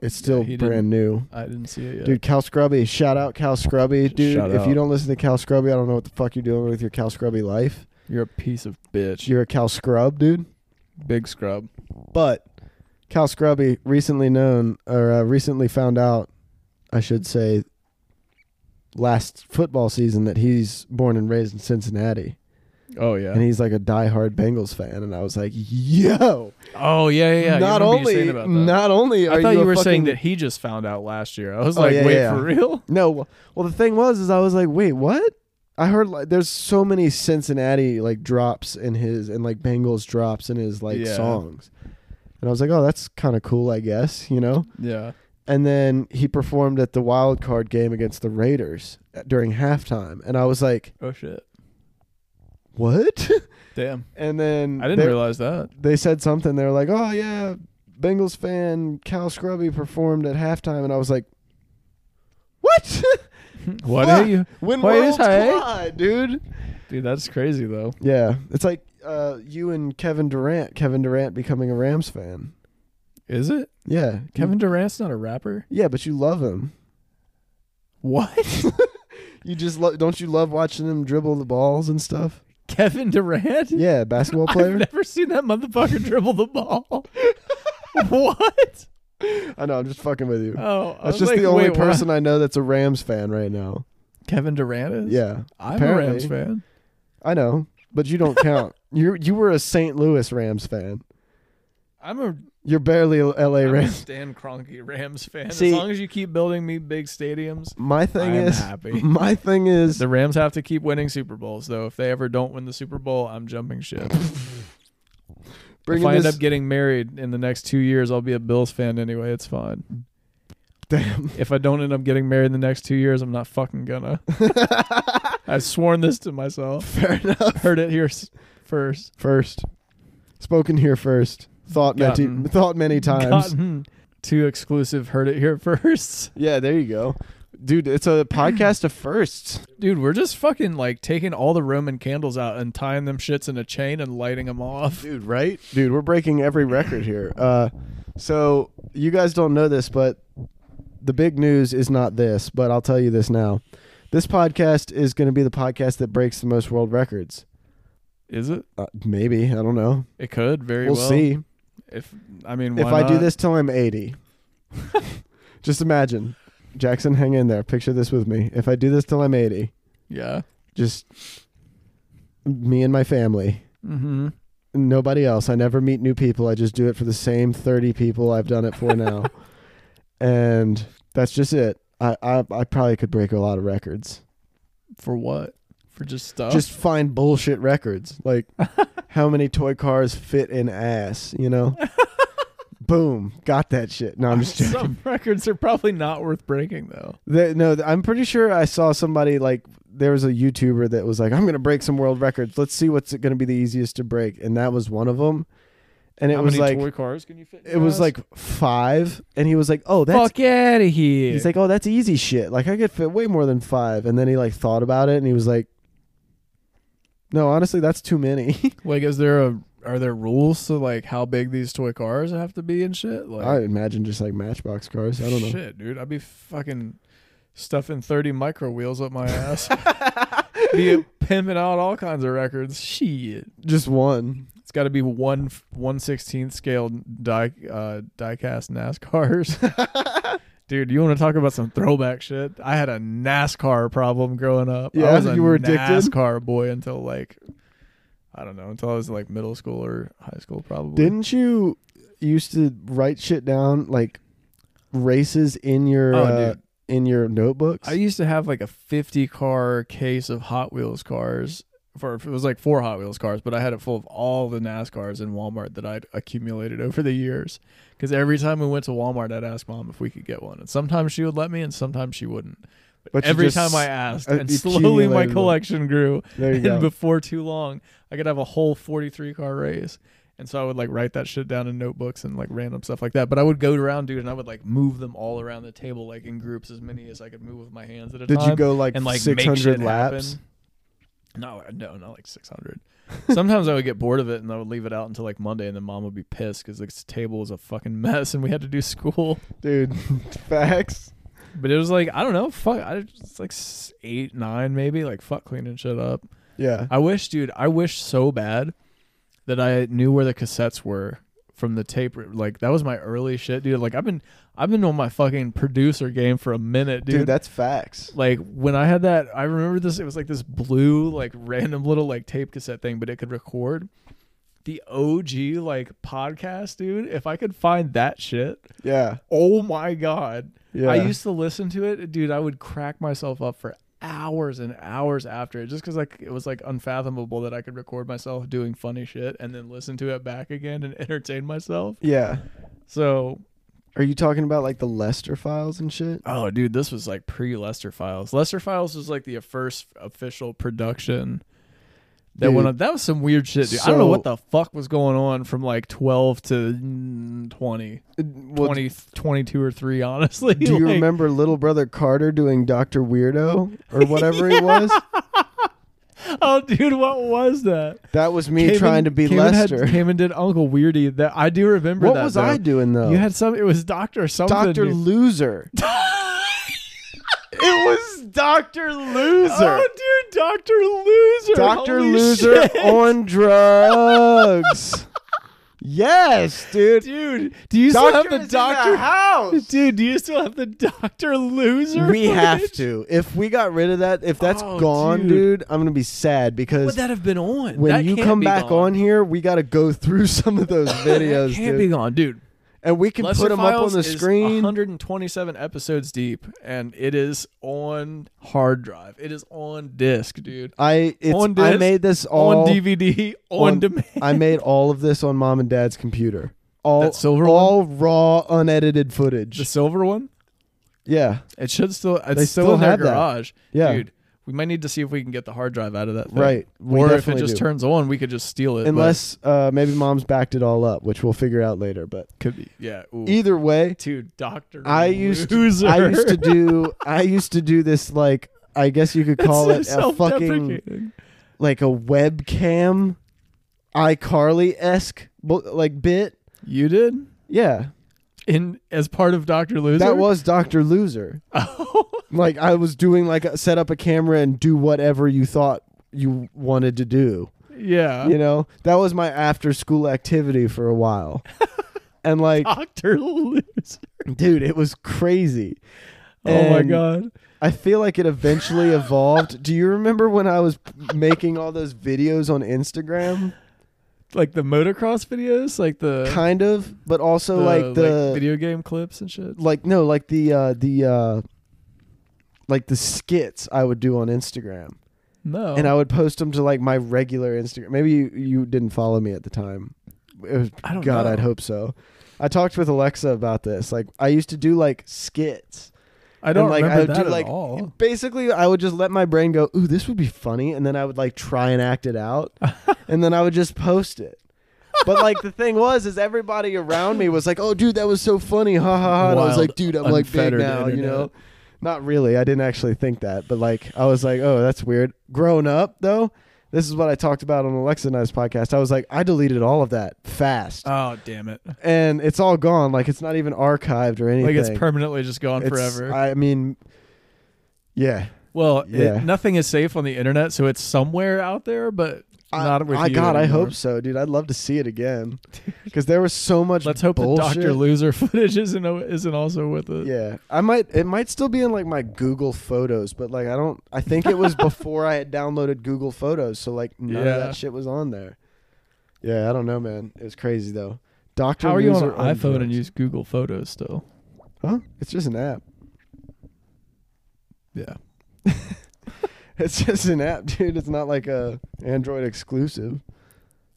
A: it's
B: Yeah,
A: still
B: he didn't-
A: brand new.
B: I didn't see it yet.
A: Dude, Cal Scrubby, shout out Cal Scrubby, dude.
B: Shout
A: if
B: out.
A: you don't listen to Cal Scrubby, I don't know what the fuck you're doing with your Cal Scrubby life.
B: You're a piece of bitch.
A: You're a Cal Scrub, dude.
B: Big scrub.
A: But Cal Scrubby, recently known or uh, recently found out, I should say, last football season that he's born and raised in Cincinnati,
B: Oh yeah.
A: and he's like a diehard Bengals fan. And I was like, yo,
B: oh yeah, yeah. yeah. You
A: not
B: remember you
A: only,
B: saying about that.
A: not only are
B: I thought you,
A: a
B: were saying
A: fucking-
B: that he just found out last year. I was
A: Oh,
B: like,
A: yeah,
B: wait
A: yeah.
B: for real?
A: No, well- well, the thing was, is I was like, wait, what? I heard like there's so many Cincinnati like drops in his and like Bengals drops in his like
B: Yeah.
A: songs, and I was like, oh, that's kind of cool, I guess, you know.
B: Yeah.
A: And then he performed at the wild card game against the Raiders uh, during halftime, and I was like,
B: Oh shit.
A: what?
B: Damn.
A: and then
B: I didn't
A: they,
B: realize that.
A: they said something. They were like, oh yeah, Bengals fan Cal Scrubby performed at halftime, and I was like, what?
B: What
A: Fuck.
B: are you?
A: when
B: Why
A: worlds
B: is I-
A: collide, dude.
B: Dude, that's crazy though.
A: Yeah, it's like uh, you and Kevin Durant. Kevin Durant becoming a Rams fan.
B: Is it?
A: Yeah,
B: Kevin Durant's not a rapper.
A: Yeah, but you love him.
B: What?
A: You just lo- don't you love watching him dribble the balls and stuff?
B: Kevin Durant?
A: Yeah, basketball
B: I've
A: player.
B: never seen that motherfucker dribble the ball. what?
A: I know. I'm just fucking with you.
B: Oh,
A: that's
B: I was
A: just
B: like,
A: the only
B: wait, what?
A: person I know that's a Rams fan right now.
B: Kevin Durant is.
A: Yeah,
B: I'm
A: apparently.
B: a Rams fan.
A: I know, but you don't count. you you were a St. Louis Rams fan.
B: I'm a
A: You're barely a L.A.
B: I'm a
A: Rams.
B: Stan Kroenke Rams fan.
A: See-
B: as long as you keep building me big stadiums,
A: My thing
B: I'm
A: is,
B: happy.
A: my thing is,
B: the Rams have to keep winning Super Bowls. Though, if they ever don't win the Super Bowl, I'm jumping ship. if
A: bringing
B: I end
A: this.
B: up getting married in the next two years, I'll be a Bills fan anyway. It's fine.
A: damn.
B: If I don't end up getting married in the next two years, I'm not fucking gonna. I've sworn this to myself.
A: Fair enough.
B: Heard it here s- first.
A: first. Spoken here first. Thought
B: Gotten.
A: many, thought many times.
B: Gotten too exclusive. Heard it here first.
A: Yeah, there you go, dude. It's a podcast of firsts.
B: Dude, we're just fucking like taking all the Roman candles out and tying them shits in a chain and lighting them off.
A: dude. Right, dude. We're breaking every record here. Uh, so you guys don't know this, but the big news is not this, but I'll tell you this now. This podcast is going to be the podcast that breaks the most world records.
B: Is it?
A: Uh, maybe I don't know.
B: It could very
A: We'll
B: well.
A: see.
B: If I mean,
A: if
B: why
A: I do
B: not?
A: this till I'm 80, just imagine, Jackson, hang in there. Picture this with me. If I do this till I'm 80,
B: yeah.
A: just me and my family
B: Mm-hmm.
A: nobody else i never meet new people i just do it for the same 30 people i've done it for now and that's just it I, I i probably could break a lot of records
B: For what? For just stuff.
A: just find bullshit records like how many toy cars fit in ass you know boom got that shit no i'm just joking.
B: some records are probably not worth breaking though.
A: They, no, th- I'm pretty sure I saw somebody like there was a YouTuber that was like, "I'm gonna break some world records. Let's see what's going to be the easiest to break," and that was one of them. And it
B: How
A: was
B: many
A: like
B: toy cars can you fit? in
A: it
B: your
A: was
B: ass?
A: like five, and he was like, "Oh, that's."
B: fuck out of here.
A: He's like, "Oh, that's easy shit. Like I could fit way more than five. And then he like thought about it, and he was like, "No, honestly, that's too many.
B: like, is there a are there rules to like how big these toy cars have to be and shit? Like,
A: I imagine just like Matchbox cars. I don't know.
B: Shit, dude, I'd be fucking stuffing thirty micro wheels up my ass. be pimping out all kinds of records. Shit,
A: Just one.
B: it's got to be one one sixteenth scale die uh, diecast NASCARs. Dude, you want to talk about some throwback shit? I had a NASCAR problem growing up. I
A: Yeah,
B: was a
A: you were addicted?
B: NASCAR boy until like, I don't know, until I was like middle school or high school probably.
A: Didn't you used to write shit down like races in your
B: Oh,
A: uh,
B: dude.
A: in your notebooks?
B: I used to have like a 50 car case of Hot Wheels cars. For it was like four Hot Wheels cars, but I had it full of all the NASCARs in Walmart that I'd accumulated over the years. Because every time we went to Walmart, I'd ask mom if we could get one, and sometimes she would let me, and sometimes she wouldn't. But,
A: But you
B: every
A: just-
B: time I asked,
A: uh,
B: and slowly my
A: accumulated them.
B: collection grew,
A: there you
B: and
A: go.
B: before too long, I could have a whole 43 car race. And so I would like write that shit down in notebooks and like random stuff like that. But I would go around, dude, and I would like move them all around the table, like in groups, as many as I could move with my hands at a
A: Did
B: time.
A: you go like,
B: and like
A: six
B: make shit
A: hundred laps?
B: happen. No, no, not like 600. Sometimes I would get bored of it and I would leave it out until like Monday, and then mom would be pissed because this table was a fucking mess and we had to do school.
A: Dude, facts.
B: But it was like I don't know, fuck, I it's like s- eight, nine, maybe, like fuck cleaning shit up.
A: Yeah.
B: I wish, dude, I wish so bad that I knew where the cassettes were from the tape. Like that was my early shit, dude. Like I've been, I've been on my fucking producer game for a minute,
A: Dude,
B: dude.
A: that's facts.
B: like when I had that, I remember this. It was like this blue, like random little like tape cassette thing, but it could record. The OG like podcast, dude. If I could find that shit,
A: Yeah.
B: oh my god,
A: Yeah.
B: I used to listen to it, dude. I would crack myself up for hours and hours after it, just because like it was like unfathomable that I could record myself doing funny shit and then listen to it back again and entertain myself.
A: yeah.
B: So,
A: Are you talking about like the Lester files and shit?
B: oh, dude, this was like pre Lester Files. Lester Files was like the first official production. That
A: Dude.
B: went on, that was some weird shit, dude. I don't know
A: So-
B: what the fuck was going on from like 12 to mm, 20,
A: Well,
B: 20 22 or 3, honestly.
A: do you
B: Like,
A: remember little brother Carter doing Dr. Weirdo or whatever he was?
B: Oh, dude, what was that?
A: That was me
B: Cayman-
A: trying to be
B: Cayman had-
A: Lester.
B: Cayman did Uncle Weirdy. That I do remember.
A: what
B: that,
A: was
B: though.
A: I doing though?
B: You had some. It was Doctor something.
A: Dr.
B: You-
A: Loser. It was Dr. Loser.
B: Oh, dude, Doctor Loser.
A: Dr.
B: Holy
A: Loser
B: shit.
A: on drugs. yes, dude.
B: Dude, do you still have
A: Doctor
B: the
A: is in the
B: Doctor?
A: house.
B: Dude, do you still have the Doctor Loser?
A: We have
B: footage?
A: to. If we got rid of that, if that's
B: Oh,
A: gone,
B: dude.
A: dude. I'm gonna be sad
B: Would
A: because
B: that have been on?
A: when
B: That
A: you
B: can't
A: come
B: be
A: back
B: gone.
A: on here, we got to go through some of those videos,
B: that
A: dude.
B: can't be gone, dude.
A: and we can
B: Lesser
A: put them up on
B: Files
A: the
B: is
A: screen.
B: 127 episodes deep, and it is on hard drive. It is on disc, dude.
A: I it's,
B: on
A: I
B: disc,
A: made this all
B: on DVD, on,
A: on-
B: demand.
A: I made all of this on mom and dad's computer. All
B: That silver
A: all raw unedited footage.
B: the silver one.
A: yeah.
B: It should still. It's
A: They
B: still,
A: still
B: in their
A: have that.
B: garage.
A: Yeah.
B: dude. We might need to see if we can get the hard drive out of that. Thing.
A: Right. We
B: or if it
A: definitely
B: just
A: do.
B: turns on, we could just steal it. but
A: Unless uh, maybe mom's backed it all up, which we'll figure out later, but
B: could be. Yeah. Ooh.
A: either way,
B: dude, Doctor.
A: I used to,
B: loser.
A: I used to do I used to do this like I guess you could
B: That's
A: call
B: so
A: it a fucking
B: self-deprecating.
A: like a webcam iCarly esque like bit.
B: You did
A: Yeah,
B: in as part of Doctor Loser.
A: that was Doctor Loser. Like I was doing like a, set up a camera and do whatever you thought you wanted to do.
B: yeah.
A: You know that was my after school activity for a while. And like,
B: Doctor Loser.
A: dude, it was crazy.
B: oh my
A: And
B: god.
A: I feel like it eventually evolved. Do you remember when I was making all those videos on Instagram?
B: Like the motocross videos, like the
A: Kind of, but also like the
B: Uh, video game clips and shit.
A: like no like the uh the uh like the skits I would do on Instagram
B: No.
A: and I would post them to like my regular Instagram. Maybe you you didn't follow me at the time. It was,
B: I don't
A: God,
B: know.
A: I'd hope so. I talked with Alexa about this. Like I used to do like skits.
B: I don't
A: and, like, I
B: remember
A: would
B: that
A: do,
B: at
A: like,
B: all.
A: Basically, I would just let my brain go, "Ooh, this would be funny," and then I would like try and act it out, and then I would just post it. But like the thing was, is everybody around me was like, "Oh, dude, that was so funny!" Ha ha ha! And I was
B: Wild,
A: like, "Dude, I'm like big
B: unfettered
A: now," you
B: internet.
A: know. Not really. I didn't actually think that, but like I was like, "Oh, that's weird." Grown up though, this is what I talked about on Alexa and I's podcast. I was like, I deleted all of that fast,
B: Oh damn it!
A: and it's all gone. Like it's not even archived or anything.
B: Like it's permanently just gone
A: It's-
B: forever.
A: I mean, yeah.
B: well, it-
A: Yeah.
B: nothing is safe on the internet, so it's somewhere out there, but not with
A: I,
B: you
A: God, I
B: anymore.
A: hope so, dude. I'd love to see it again because there was so much.
B: Let's hope
A: bullshit.
B: the Doctor Loser footage isn't isn't also with it.
A: Yeah, I might. It might still be in like my Google Photos, but like I don't. I think it was before I had downloaded Google Photos, so like none
B: Yeah.
A: of that shit was on there. Yeah, I don't know, man. It was crazy though. Doctor,
B: How are you on an iPhone and use Google Photos still?
A: Huh? It's just an app.
B: Yeah.
A: It's just an app, dude. It's not like a Android exclusive.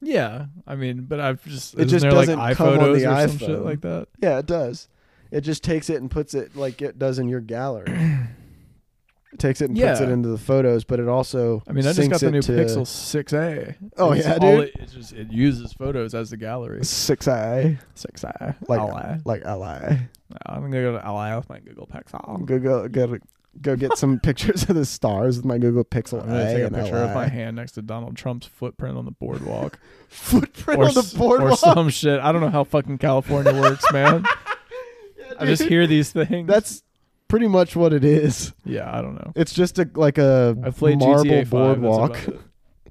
B: Yeah, I mean, but I've just
A: It
B: isn't
A: just
B: there, like,
A: doesn't come on
B: iPhotos
A: the
B: or some shit
A: iPhone.
B: like that.
A: Yeah, it does. It just takes it and puts it like it does in your gallery. It takes it and puts
B: Yeah.
A: it into the photos, but it also
B: I mean, I just
A: syncs
B: got the
A: it
B: new
A: to
B: Pixel 6a.
A: Oh,
B: It's
A: yeah,
B: all
A: dude.
B: It, it's just it uses photos as the gallery.
A: six I
B: 6a.
A: like
B: ally.
A: like ally.
B: I'm gonna go to ally with my Google Pixel.
A: Go go go go get some pictures of the stars with my Google Pixel
B: I'm
A: I
B: gonna take a
A: and
B: picture
A: LI.
B: of my hand next to Donald Trump's footprint on the boardwalk,
A: footprint
B: or
A: on
B: s-
A: the
B: or
A: boardwalk.
B: some shit. I don't know how fucking California works, man. I just hear these things.
A: That's pretty much what it is.
B: yeah, I don't know.
A: It's just a like a
B: I played
A: marble
B: GTA 5. that's
A: boardwalk.
B: about it.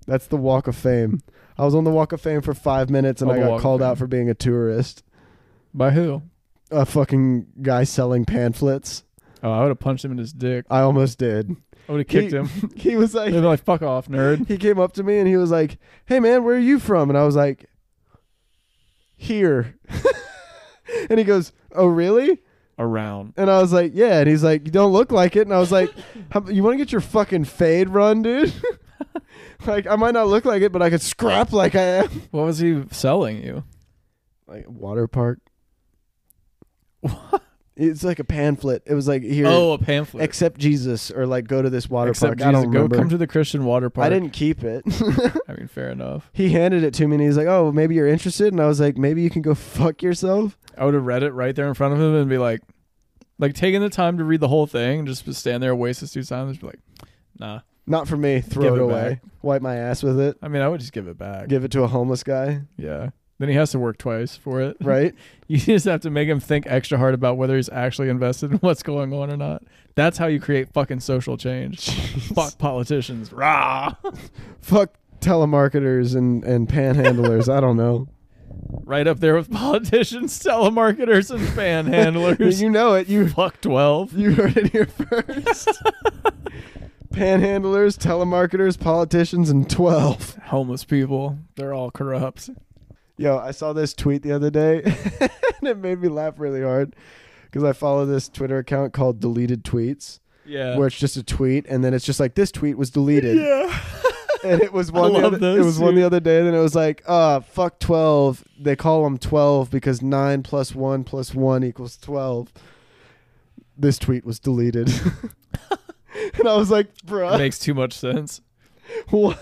A: That's the Walk of Fame. I was on the Walk of Fame for five minutes and
B: Oh,
A: I
B: the Walk
A: got
B: of
A: called out
B: Fame.
A: for being a tourist.
B: By who?
A: A fucking guy selling pamphlets.
B: Oh, I would have punched him in his dick.
A: I almost did.
B: I would have kicked
A: Uh, He-
B: him.
A: He was
B: They'd be
A: like,
B: like, "Fuck off, nerd."
A: he came up to me and he was like, "Hey man, where are you from?" And I was like, "Here." and he goes, "Oh really?"
B: Around.
A: And I was like, "Yeah." And he's like, "You don't look like it." And I was like, How, "You want to get your fucking fade run, dude?" like I might not look like it, but I could scrap like I am.
B: What was he selling you?
A: Like water park. It's like a pamphlet. It was like here,
B: Oh, a pamphlet.
A: accept Jesus or like go to this water
B: Except
A: park. I
B: Jesus,
A: don't
B: go
A: remember.
B: come to the Christian water park.
A: I didn't keep it.
B: I mean, fair enough.
A: he handed it to me and he's like, "Oh, maybe you're interested." And I was like, "Maybe you can go fuck yourself."
B: I would have read it right there in front of him and be like, like taking the time to read the whole thing, just stand there, waste his two time, just be like, nah.
A: Not for me. Throw
B: Give
A: it
B: it
A: away. Wipe my ass with it.
B: I mean, I would just give it back.
A: Give it to a homeless guy,
B: yeah. Then he has to work twice for it.
A: right?
B: You just have to make him think extra hard about whether he's actually invested in what's going on or not. That's how you create fucking social change. Fuck politicians. Rah.
A: Fuck telemarketers and and panhandlers. I don't know.
B: Right up there with politicians, telemarketers, and panhandlers.
A: you know it. You
B: Fuck 12.
A: you heard it here first. Panhandlers, telemarketers, politicians, and twelve.
B: Homeless people. They're all corrupt.
A: Yo, I saw this tweet the other day and it made me laugh really hard because I follow this Twitter account called Deleted Tweets,
B: Yeah.
A: where it's just a tweet and then it's just like this tweet was deleted.
B: Yeah.
A: And it was one
B: I
A: the
B: love
A: other, it
B: those,
A: was one the
B: dude.
A: other day and then it was like, uh, fuck 12. They call them 12 because 9 plus 1 plus 1 equals 12. This tweet was deleted. and I was like,
B: It
A: bruh,
B: makes too much sense.
A: what?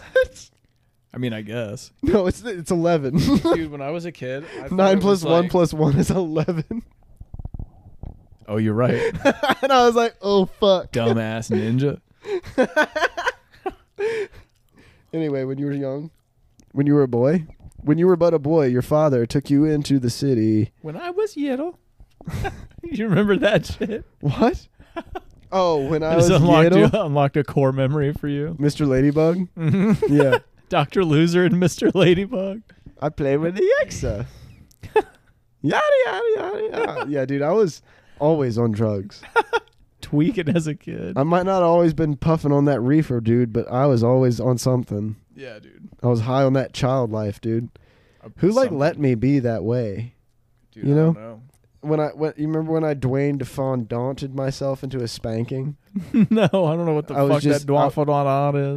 B: I mean, I guess.
A: No, it's it's 11.
B: Dude, when I was a kid, I thought
A: 9
B: it was
A: plus 1
B: like-
A: plus 1 is 11.
B: Oh, you're right.
A: and I was like, oh fuck.
B: Dumbass ninja.
A: Anyway, when you were young, when you were a boy, when you were but a boy, your father took you into the city.
B: When I was yellow. you remember that shit?
A: What? Oh, when I was
B: just unlocked,
A: little,
B: you- unlocked a core memory for you.
A: Mr. Ladybug.
B: Mhm.
A: Yeah,
B: Dr. Loser and Mr. Ladybug.
A: I played with the Exa. yada yada yada yada. Yeah, dude, I was always on drugs.
B: Tweaking as a kid.
A: I might not always been puffing on that reefer, dude, but I was always on something.
B: yeah, dude.
A: I was high on that child life, dude. Who like let me be that way?
B: Dude,
A: you
B: I don't
A: when I when, you remember when I Dwayne Defon daunted myself into a spanking?
B: know. no, I don't know what the
A: I was
B: fuck
A: just- uh,
B: that dwaffle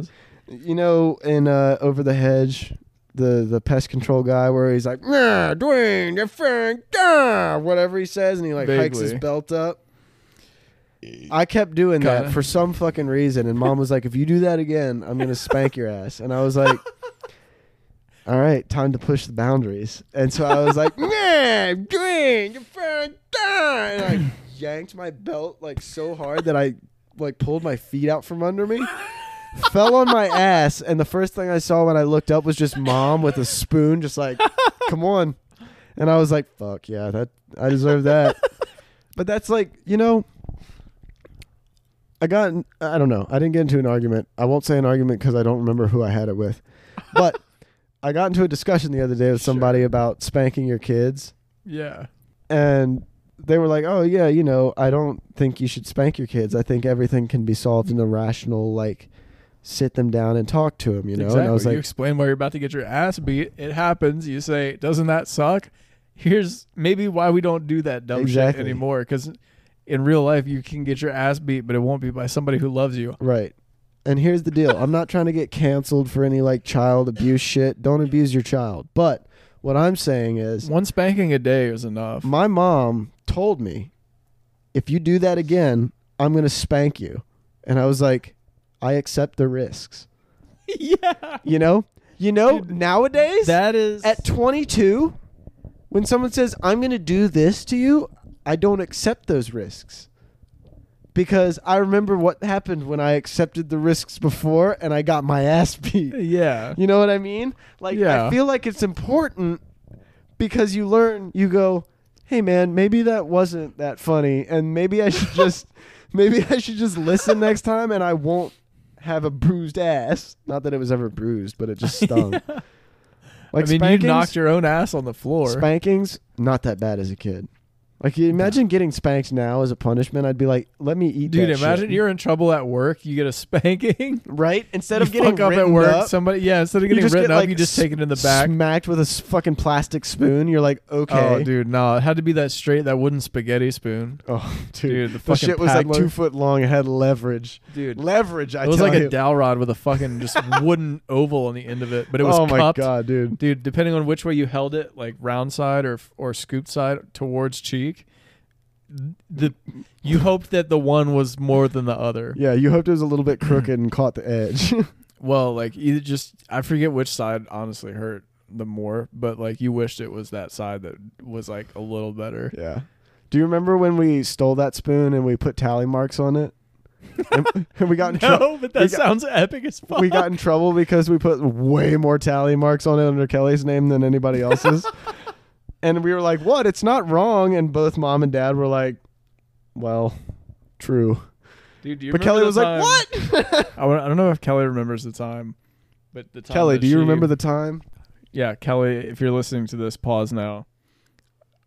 B: is.
A: You know, in uh, Over the Hedge, the the pest control guy, where he's like, nah, Dwayne Defon, ah," whatever he says, and he like hikes his
B: Vaguely.
A: belt up. I kept doing that
B: Kinda.
A: for some fucking reason, and mom was like, "If you do that again, I'm gonna spank your ass." And I was like. All right, time to push the boundaries. And so I was like, "Nah, Dwayne, you're fucking ah," and I yanked my belt like so hard that I like pulled my feet out from under me, fell on my ass, and the first thing I saw when I looked up was just mom with a spoon, just like, "Come on," and I was like, "Fuck yeah, that I deserve that." but that's like, you know, I got in- I don't know. I didn't get into an argument. I won't say an argument because I don't remember who I had it with, but. I got into a discussion the other day with somebody
B: Sure.
A: about spanking your kids,
B: Yeah.
A: and they were like, "Oh yeah, you know, I don't think you should spank your kids. I think everything can be solved in a rational like." Sit them down and talk to them, you know.
B: exactly.
A: And I was like,
B: you explain why you're about to get your ass beat. It happens. You say, doesn't that suck? Here's maybe why we don't do that dumb
A: Exactly.
B: shit anymore. Because in real life, you can get your ass beat, but it won't be by somebody who loves you.
A: Right. And here's the deal. I'm not trying to get canceled for any like child abuse shit. Don't abuse your child. But what I'm saying is
B: One spanking a day is enough.
A: my mom told me if you do that again, I'm going to spank you. And I was like, I accept the risks.
B: yeah.
A: You know? You know,
B: Dude,
A: nowadays
B: That is.
A: at 22 when someone says I'm going to do this to you, I don't accept those risks. Because I remember what happened when I accepted the risks before and I got my ass beat.
B: yeah.
A: You know what I mean? Like
B: Yeah.
A: I feel like it's important because you learn you go, "Hey man, maybe that wasn't that funny and maybe I should just maybe I should just listen next time and I won't have a bruised ass." Not that it was ever bruised, but it just stung. Like
B: I mean,
A: spankings,
B: you knocked your own ass on the floor.
A: spankings not that bad as a kid. Like you imagine getting spanked now as a punishment, I'd be like, "Let me eat
B: Dude,
A: that
B: imagine
A: shit.
B: you're in trouble at work. You get a spanking.
A: right instead
B: you
A: of getting
B: fuck up at
A: written
B: work.
A: up,
B: Somebody, yeah, instead of
A: You
B: getting
A: just
B: written
A: get,
B: up,
A: like,
B: you just take it in the back.
A: smacked with a s- fucking plastic spoon. You're like, okay,
B: Oh, dude, no, it had to be that straight, that wooden spaghetti spoon.
A: Oh, dude.
B: Dude, the
A: The
B: fucking
A: shit was like
B: paddler.
A: two foot long. It had leverage.
B: dude.
A: Leverage, I
B: it was
A: tell
B: like
A: you.
B: a dowel rod with a fucking just wooden oval on the end of it, but it was
A: oh my
B: cupped.
A: god, dude.
B: Dude, depending on which way you held it, like round side or or scoop side towards cheek, the you hoped that the one was more than the other.
A: Yeah, you hoped it was a little bit crooked and caught the edge.
B: Well, like either just I forget which side honestly hurt the more, but like you wished it was that side that was like a little better.
A: yeah. Do you remember when we stole that spoon and we put tally marks on it? and, and we got in trouble.
B: but
A: that we got-
B: sounds epic as fuck.
A: We got in trouble because we put way more tally marks on it under Kelly's name than anybody else's. and we were like, "What? It's not wrong." And both mom and dad were like, "Well, true."
B: Dude, do you
A: But Kelly
B: remember
A: was
B: the
A: like,
B: time-
A: "What?"
B: I, wa- I don't know if Kelly remembers the time, but the time.
A: Kelly,
B: that
A: do you
B: she-
A: remember the time?
B: Yeah, Kelly, if you're listening to this, pause now.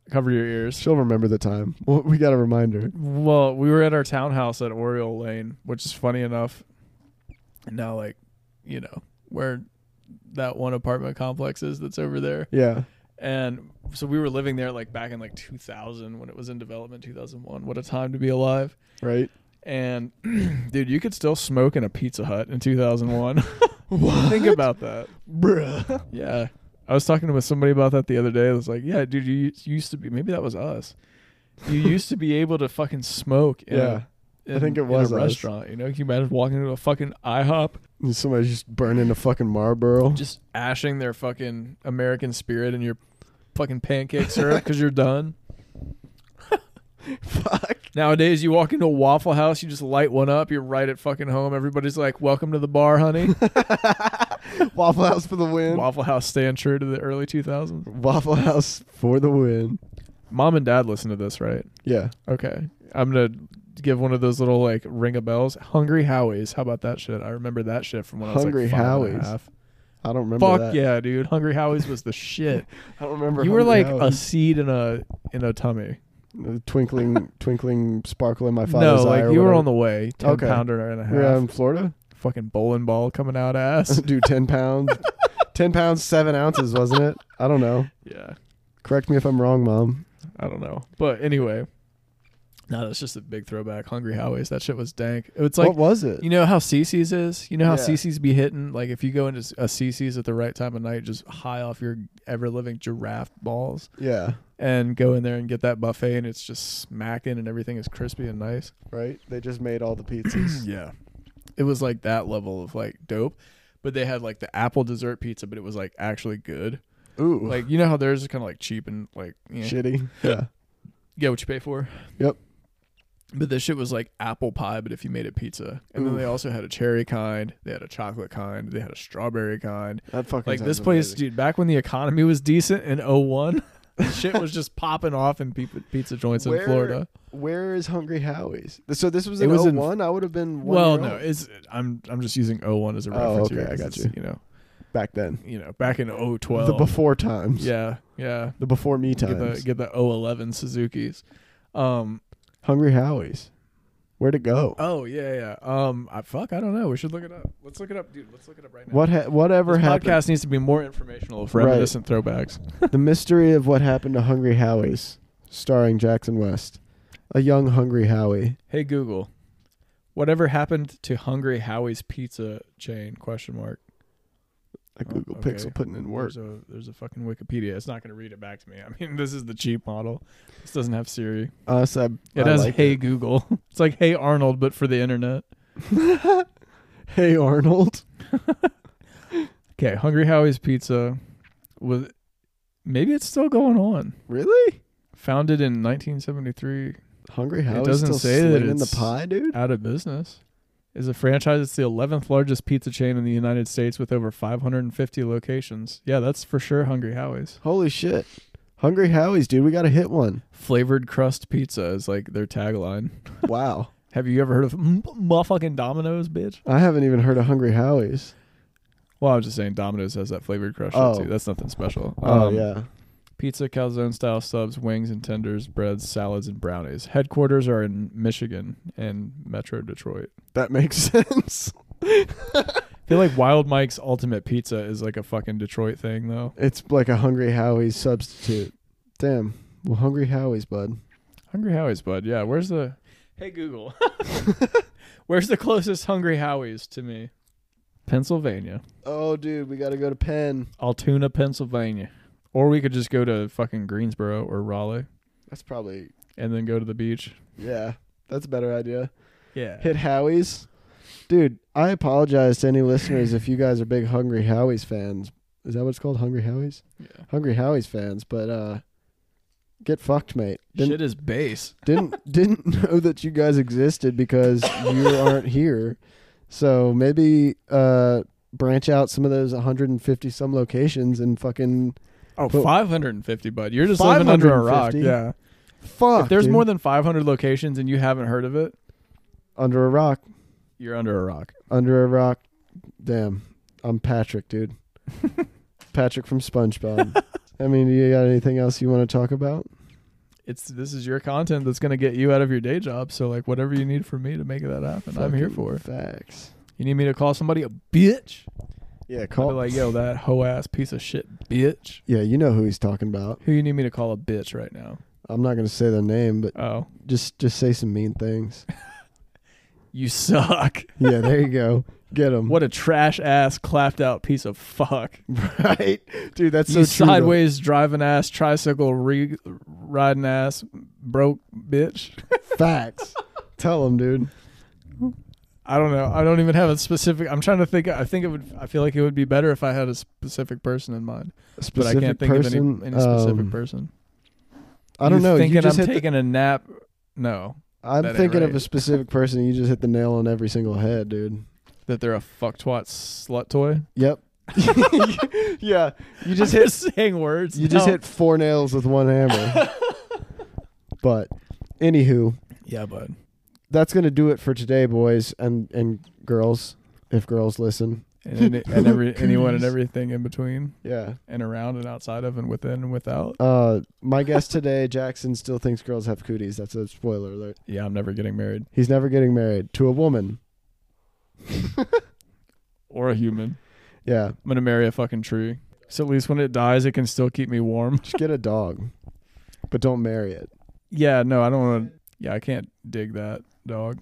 B: Cover your ears.
A: She'll remember the time. Well, we got a reminder.
B: Well, we were at our townhouse at Oriole Lane, which is funny enough. Now, like, you know, where that one apartment complex is that's over there.
A: Yeah.
B: And so we were living there like back in like 2000 when it was in development, 2001. What a time to be alive.
A: Right.
B: And dude, you could still smoke in a Pizza Hut in 2001. Think about that.
A: Bruh.
B: Yeah. I was talking with somebody about that the other day. I was like, yeah, dude, you used- used to be, maybe that was us. You used to be able to fucking smoke in,
A: Yeah.
B: a, in,
A: I think it
B: in
A: was
B: a
A: us.
B: restaurant. You know, can you imagine walking into a fucking IHOP,
A: And Somebody's just burning a fucking Marlboro.
B: just ashing their fucking American spirit in your fucking pancake syrup because you're done?
A: Fuck.
B: Nowadays, you walk into a Waffle House, you just light one up, you're right at fucking home. Everybody's like, welcome to the bar, honey.
A: Waffle House for the win.
B: Waffle House staying true to the early 2000s.
A: Waffle House for the win.
B: Mom and dad listen to this, right?
A: Yeah.
B: Okay. I'm gonna give one of those little like ring of bells. Hungry Howies. How about that shit? I remember that shit from when I
A: Hungry
B: was like five and a
A: Howies.
B: half.
A: I don't remember
B: Fuck
A: that.
B: yeah, dude. Hungry Howies was the shit.
A: I don't remember.
B: you were
A: Hungry
B: like a
A: House.
B: seed in a in a tummy.
A: The twinkling, twinkling sparkle in my
B: No,
A: father's eye.
B: like
A: or
B: you were
A: whatever.
B: on the way. Ten
A: Okay.
B: pounder and a half.
A: You're out in Florida?
B: Fucking bowling ball coming out ass.
A: Do 10 pounds. 10 pounds, 7 ounces, wasn't it? I don't know.
B: yeah.
A: Correct me if I'm wrong, Mom.
B: I don't know. But anyway. No, that's just a big throwback. Hungry Howies. That shit was dank. It's like
A: what was it?
B: You know how CC's is? You know how
A: Yeah.
B: CC's be hitting? Like if you go into a CC's at the right time of night, just high off your ever living giraffe balls
A: yeah.
B: and go in there and get that buffet and it's just smacking and everything is crispy and nice.
A: Right? They just made all the pizzas.
B: Yeah. It was like that level of like dope. But they had like the apple dessert pizza, but it was like actually good.
A: Ooh.
B: Like you know how theirs is kinda like cheap and like you know,
A: Shitty. Yeah.
B: you get what you pay for.
A: Yep.
B: But this shit was like apple pie, but if you made it pizza. And then
A: Ooh.
B: they also had a cherry kind, they had a chocolate kind, they had a strawberry kind.
A: That fucking
B: like this
A: sounds
B: place,
A: amazing.
B: dude. Back when the economy was decent in 01, shit was just popping off in peop- pizza joints in
A: Where-
B: Florida.
A: Where is Hungry Howie's? So this was
B: It
A: in
B: was in-
A: 01? I would have been one
B: Well,
A: year
B: no,
A: old.
B: it's I'm I'm just using 01 as a
A: Oh,
B: reference
A: okay,
B: here.
A: I
B: 'cause
A: got
B: it's, You know,
A: back then.
B: you know, back in 012.
A: the before times.
B: yeah, yeah.
A: The before me
B: Get the
A: times.
B: get the 011 Suzuki's. Um.
A: Hungry Howies. Where'd it go?
B: Oh yeah, yeah. Um. I, fuck, I don't know. We should look it up. Let's look it up, dude. Let's look it up right now.
A: What ha- whatever
B: This
A: happened?
B: podcast needs to be more informational for
A: Right.
B: reminiscent throwbacks.
A: the mystery of what happened to Hungry Howies, starring Jackson West, a young Hungry Howie.
B: Hey Google, whatever happened to Hungry Howie's Pizza chain? Question mark.
A: A
B: Oh,
A: Google
B: okay.
A: Pixel putting in work.
B: There's a there's a fucking Wikipedia. It's not gonna read it back to me. I mean, this is the cheap model. This doesn't have Siri.
A: Honestly, I,
B: It
A: I
B: has
A: like
B: Hey
A: it.
B: Google. It's like Hey Arnold, but for the internet.
A: Hey Arnold.
B: Okay, Hungry Howie's Pizza, with maybe it's still going on.
A: Really?
B: Founded in 1973,
A: Hungry Howie
B: doesn't
A: still
B: say that
A: slinging the
B: it's-
A: pie, dude.
B: out of business. Is a franchise. It's the 11th largest pizza chain in the United States with over 550 locations. Yeah, that's for sure. Hungry Howie's.
A: Holy shit. Hungry Howies, dude. We got to hit one.
B: flavored crust pizza is like their tagline.
A: Wow.
B: Have you ever heard of m- motherfucking Domino's, bitch?
A: I haven't even heard of Hungry Howies.
B: Well, I'm just saying Domino's has that flavored crust shit
A: Oh.
B: too. That's nothing special.
A: Oh
B: Um,
A: yeah.
B: Pizza, calzone style subs, wings and tenders, breads, salads, and brownies. Headquarters are in Michigan and Metro Detroit.
A: That makes sense.
B: I feel like Wild Mike's Ultimate Pizza is like a fucking Detroit thing though.
A: It's like a Hungry Howie's substitute. Damn. Well, Hungry Howie's, bud.
B: Hungry Howie's, bud. Yeah, where's the Hey Google. where's the closest Hungry Howie's to me? Pennsylvania.
A: Oh, dude, we got to go to Penn.
B: Altoona, Pennsylvania. Or we could just go to fucking Greensboro or Raleigh
A: That's probably
B: and then go to the beach.
A: yeah. That's a better idea.
B: Yeah.
A: Hit Howie's, dude. I apologize to any listeners if you guys are big Hungry Howie's fans. Is that what it's called? Hungry Howie's?
B: yeah.
A: Hungry Howie's fans, but uh, get fucked, mate. Didn't
B: Shit is base.
A: didn't didn't know that you guys existed because you aren't here. So maybe uh, branch out some of those 150 some locations and fucking
B: Oh,
A: But-
B: 550, bud. You're just living under a rock.
A: 550?
B: Yeah.
A: fuck.
B: if there's
A: dude.
B: more than 500 locations and you haven't heard of it,
A: under a rock,
B: you're under a rock.
A: under a rock. Damn, I'm Patrick, dude. Patrick from SpongeBob. I mean, you got anything else you want to talk about?
B: It's this is your content that's going to get you out of your day job. So like whatever you need from me to make that happen, I'm here
A: Fucking
B: for. it.
A: Facts.
B: You need me to call somebody a bitch?
A: Yeah,
B: I'll
A: call.
B: be like, yo, that hoe ass piece of shit, bitch.
A: yeah, you know who he's talking about.
B: Who you need me to call a bitch right now?
A: I'm not gonna say their name, but
B: Oh,
A: just just say some mean things.
B: you suck.
A: yeah, there you go. Get him.
B: What a trash ass clapped out piece of fuck.
A: Right, dude. That's
B: you
A: so true. though.
B: sideways driving ass, tricycle re- riding ass, broke bitch.
A: Facts. Tell him, dude.
B: I don't know. I don't even have a specific. I'm trying to think. I think it would. I feel like it would be better if I had a specific person in mind,
A: A
B: but I
A: specific
B: can't think
A: person.
B: of any, any specific
A: um,
B: person.
A: I don't
B: You
A: know.
B: Thinking
A: you just
B: I'm
A: hit
B: taking a nap. No,
A: the, I'm
B: that ain't
A: thinking of
B: right.
A: a specific person. You just hit the nail on every single head, dude.
B: that they're a fucktwat slut toy.
A: Yep. yeah. You just
B: I'm
A: hit.
B: saying words.
A: You just
B: No.
A: hit four nails with one hammer. but anywho,
B: Yeah, bud.
A: that's gonna do it for today, boys and and girls, if girls listen.
B: And, any- and every anyone and everything in between
A: Yeah.
B: and around and outside of and within and without.
A: Uh, my guest today, Jackson, still thinks girls have cooties. That's a spoiler alert.
B: Yeah, I'm never getting married
A: He's never getting married to a woman.
B: or a human.
A: Yeah,
B: I'm gonna marry a fucking tree. So at least when it dies, it can still keep me warm.
A: just get a dog, but don't marry it.
B: Yeah, no, I don't want to. Yeah, I can't dig that dog.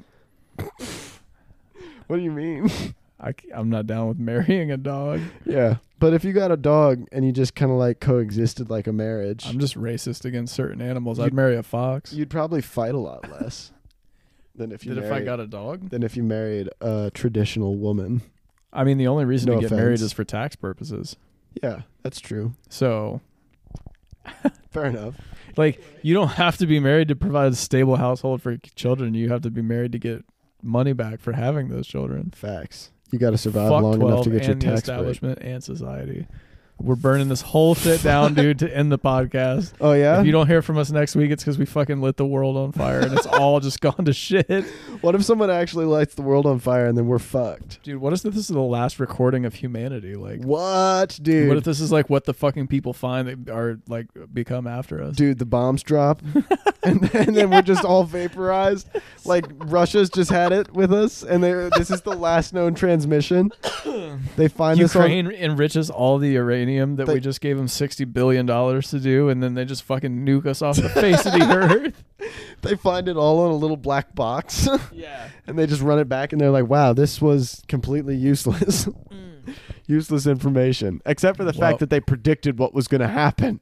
A: What do you mean?
B: I, am not down with marrying a dog.
A: yeah, but if you got a dog and you just kind of like coexisted like a marriage,
B: I'm just racist against certain animals.
A: You'd-
B: I'd marry a fox.
A: you'd probably fight a lot less than if you
B: Did if I
A: married,
B: got a dog?
A: than if you married a traditional woman.
B: I mean, the only reason
A: No
B: to get married
A: offense.
B: is for tax purposes.
A: Yeah, that's true.
B: So,
A: Fair enough.
B: like, you don't have to be married to provide a stable household for children. You have to be married to get money back for having those children.
A: Facts. You got to survive
B: Fuck
A: long enough
B: 12
A: to get your
B: and the
A: tax break.
B: establishment and society. We're burning this whole shit down, dude, to end the podcast.
A: Oh yeah.
B: If you don't hear from us next week, it's because we fucking lit the world on fire and it's all just gone to shit.
A: what if someone actually lights the world on fire and then we're fucked?
B: Dude, what if this is the last recording of humanity? Like,
A: What, dude?
B: what if this is like what the fucking people find that are like become after us?
A: dude, the bombs drop, and then, and then we're just all vaporized. Like Russia's just had it with us, and they, this is the last known transmission. They find this on,
B: Ukraine enriches all the uranium that
A: They-
B: we just gave them sixty billion dollars to do, and then they just fucking nuke us off the face of the earth.
A: they find it all on a little black box,
B: Yeah.
A: and they just run it back, and they're like, "Wow, this was completely useless, useless information." Except for the
B: Mm. Well-
A: fact that they predicted what was going to happen.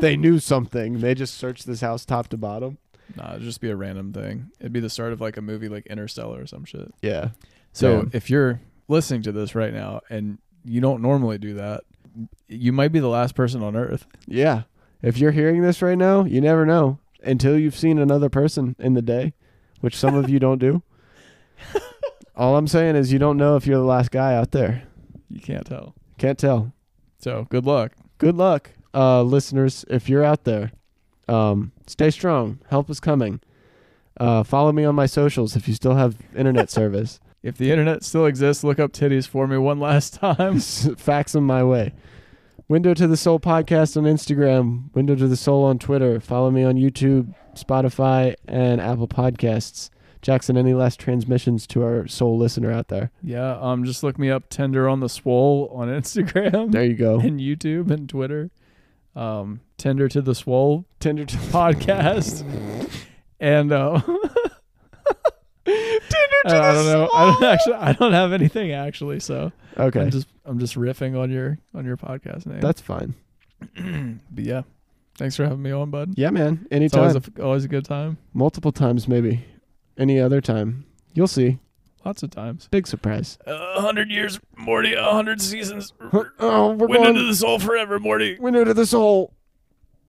A: they knew something. They just searched this house top to bottom.
B: Nah, it'd just be a random thing. It'd be the start of like a movie like Interstellar or some shit.
A: Yeah.
B: So
A: Damn.
B: if you're listening to this right now and you don't normally do that, you might be the last person on earth.
A: Yeah. If you're hearing this right now, you never know until you've seen another person in the day, which some of you don't do. All I'm saying is you don't know if you're the last guy out there.
B: You can't tell.
A: Can't tell.
B: So good luck.
A: Good luck, uh, listeners. If you're out there, um, stay strong. Help is coming. Uh, follow me on my socials if you still have internet service.
B: If the internet still exists, look up titties for me one last time.
A: fax them my way. Window to the Soul podcast on Instagram, Window to the Soul on Twitter. Follow me on YouTube, Spotify, and Apple Podcasts. Jackson, any last transmissions to our soul listener out there?
B: Yeah, um just look me up Tender on the Swole on Instagram
A: There you go.
B: and YouTube and Twitter. Um Tender to the Swole
A: Tinder to
B: podcast. and uh I I don't know. I don't actually. I don't have anything actually. So
A: Okay.
B: I'm just I'm just riffing on your on your podcast name.
A: That's fine.
B: but yeah, thanks for having me on, bud.
A: Yeah, man.
B: It's always
A: Anytime.
B: a, f- always a good time.
A: Multiple times, maybe. Any other time. You'll see.
B: Lots of times.
A: Big surprise.
B: A hundred years, Morty. A hundred seasons.
A: Oh, we're
B: Went
A: going
B: into the soul forever, Morty.
A: Window to the Soul.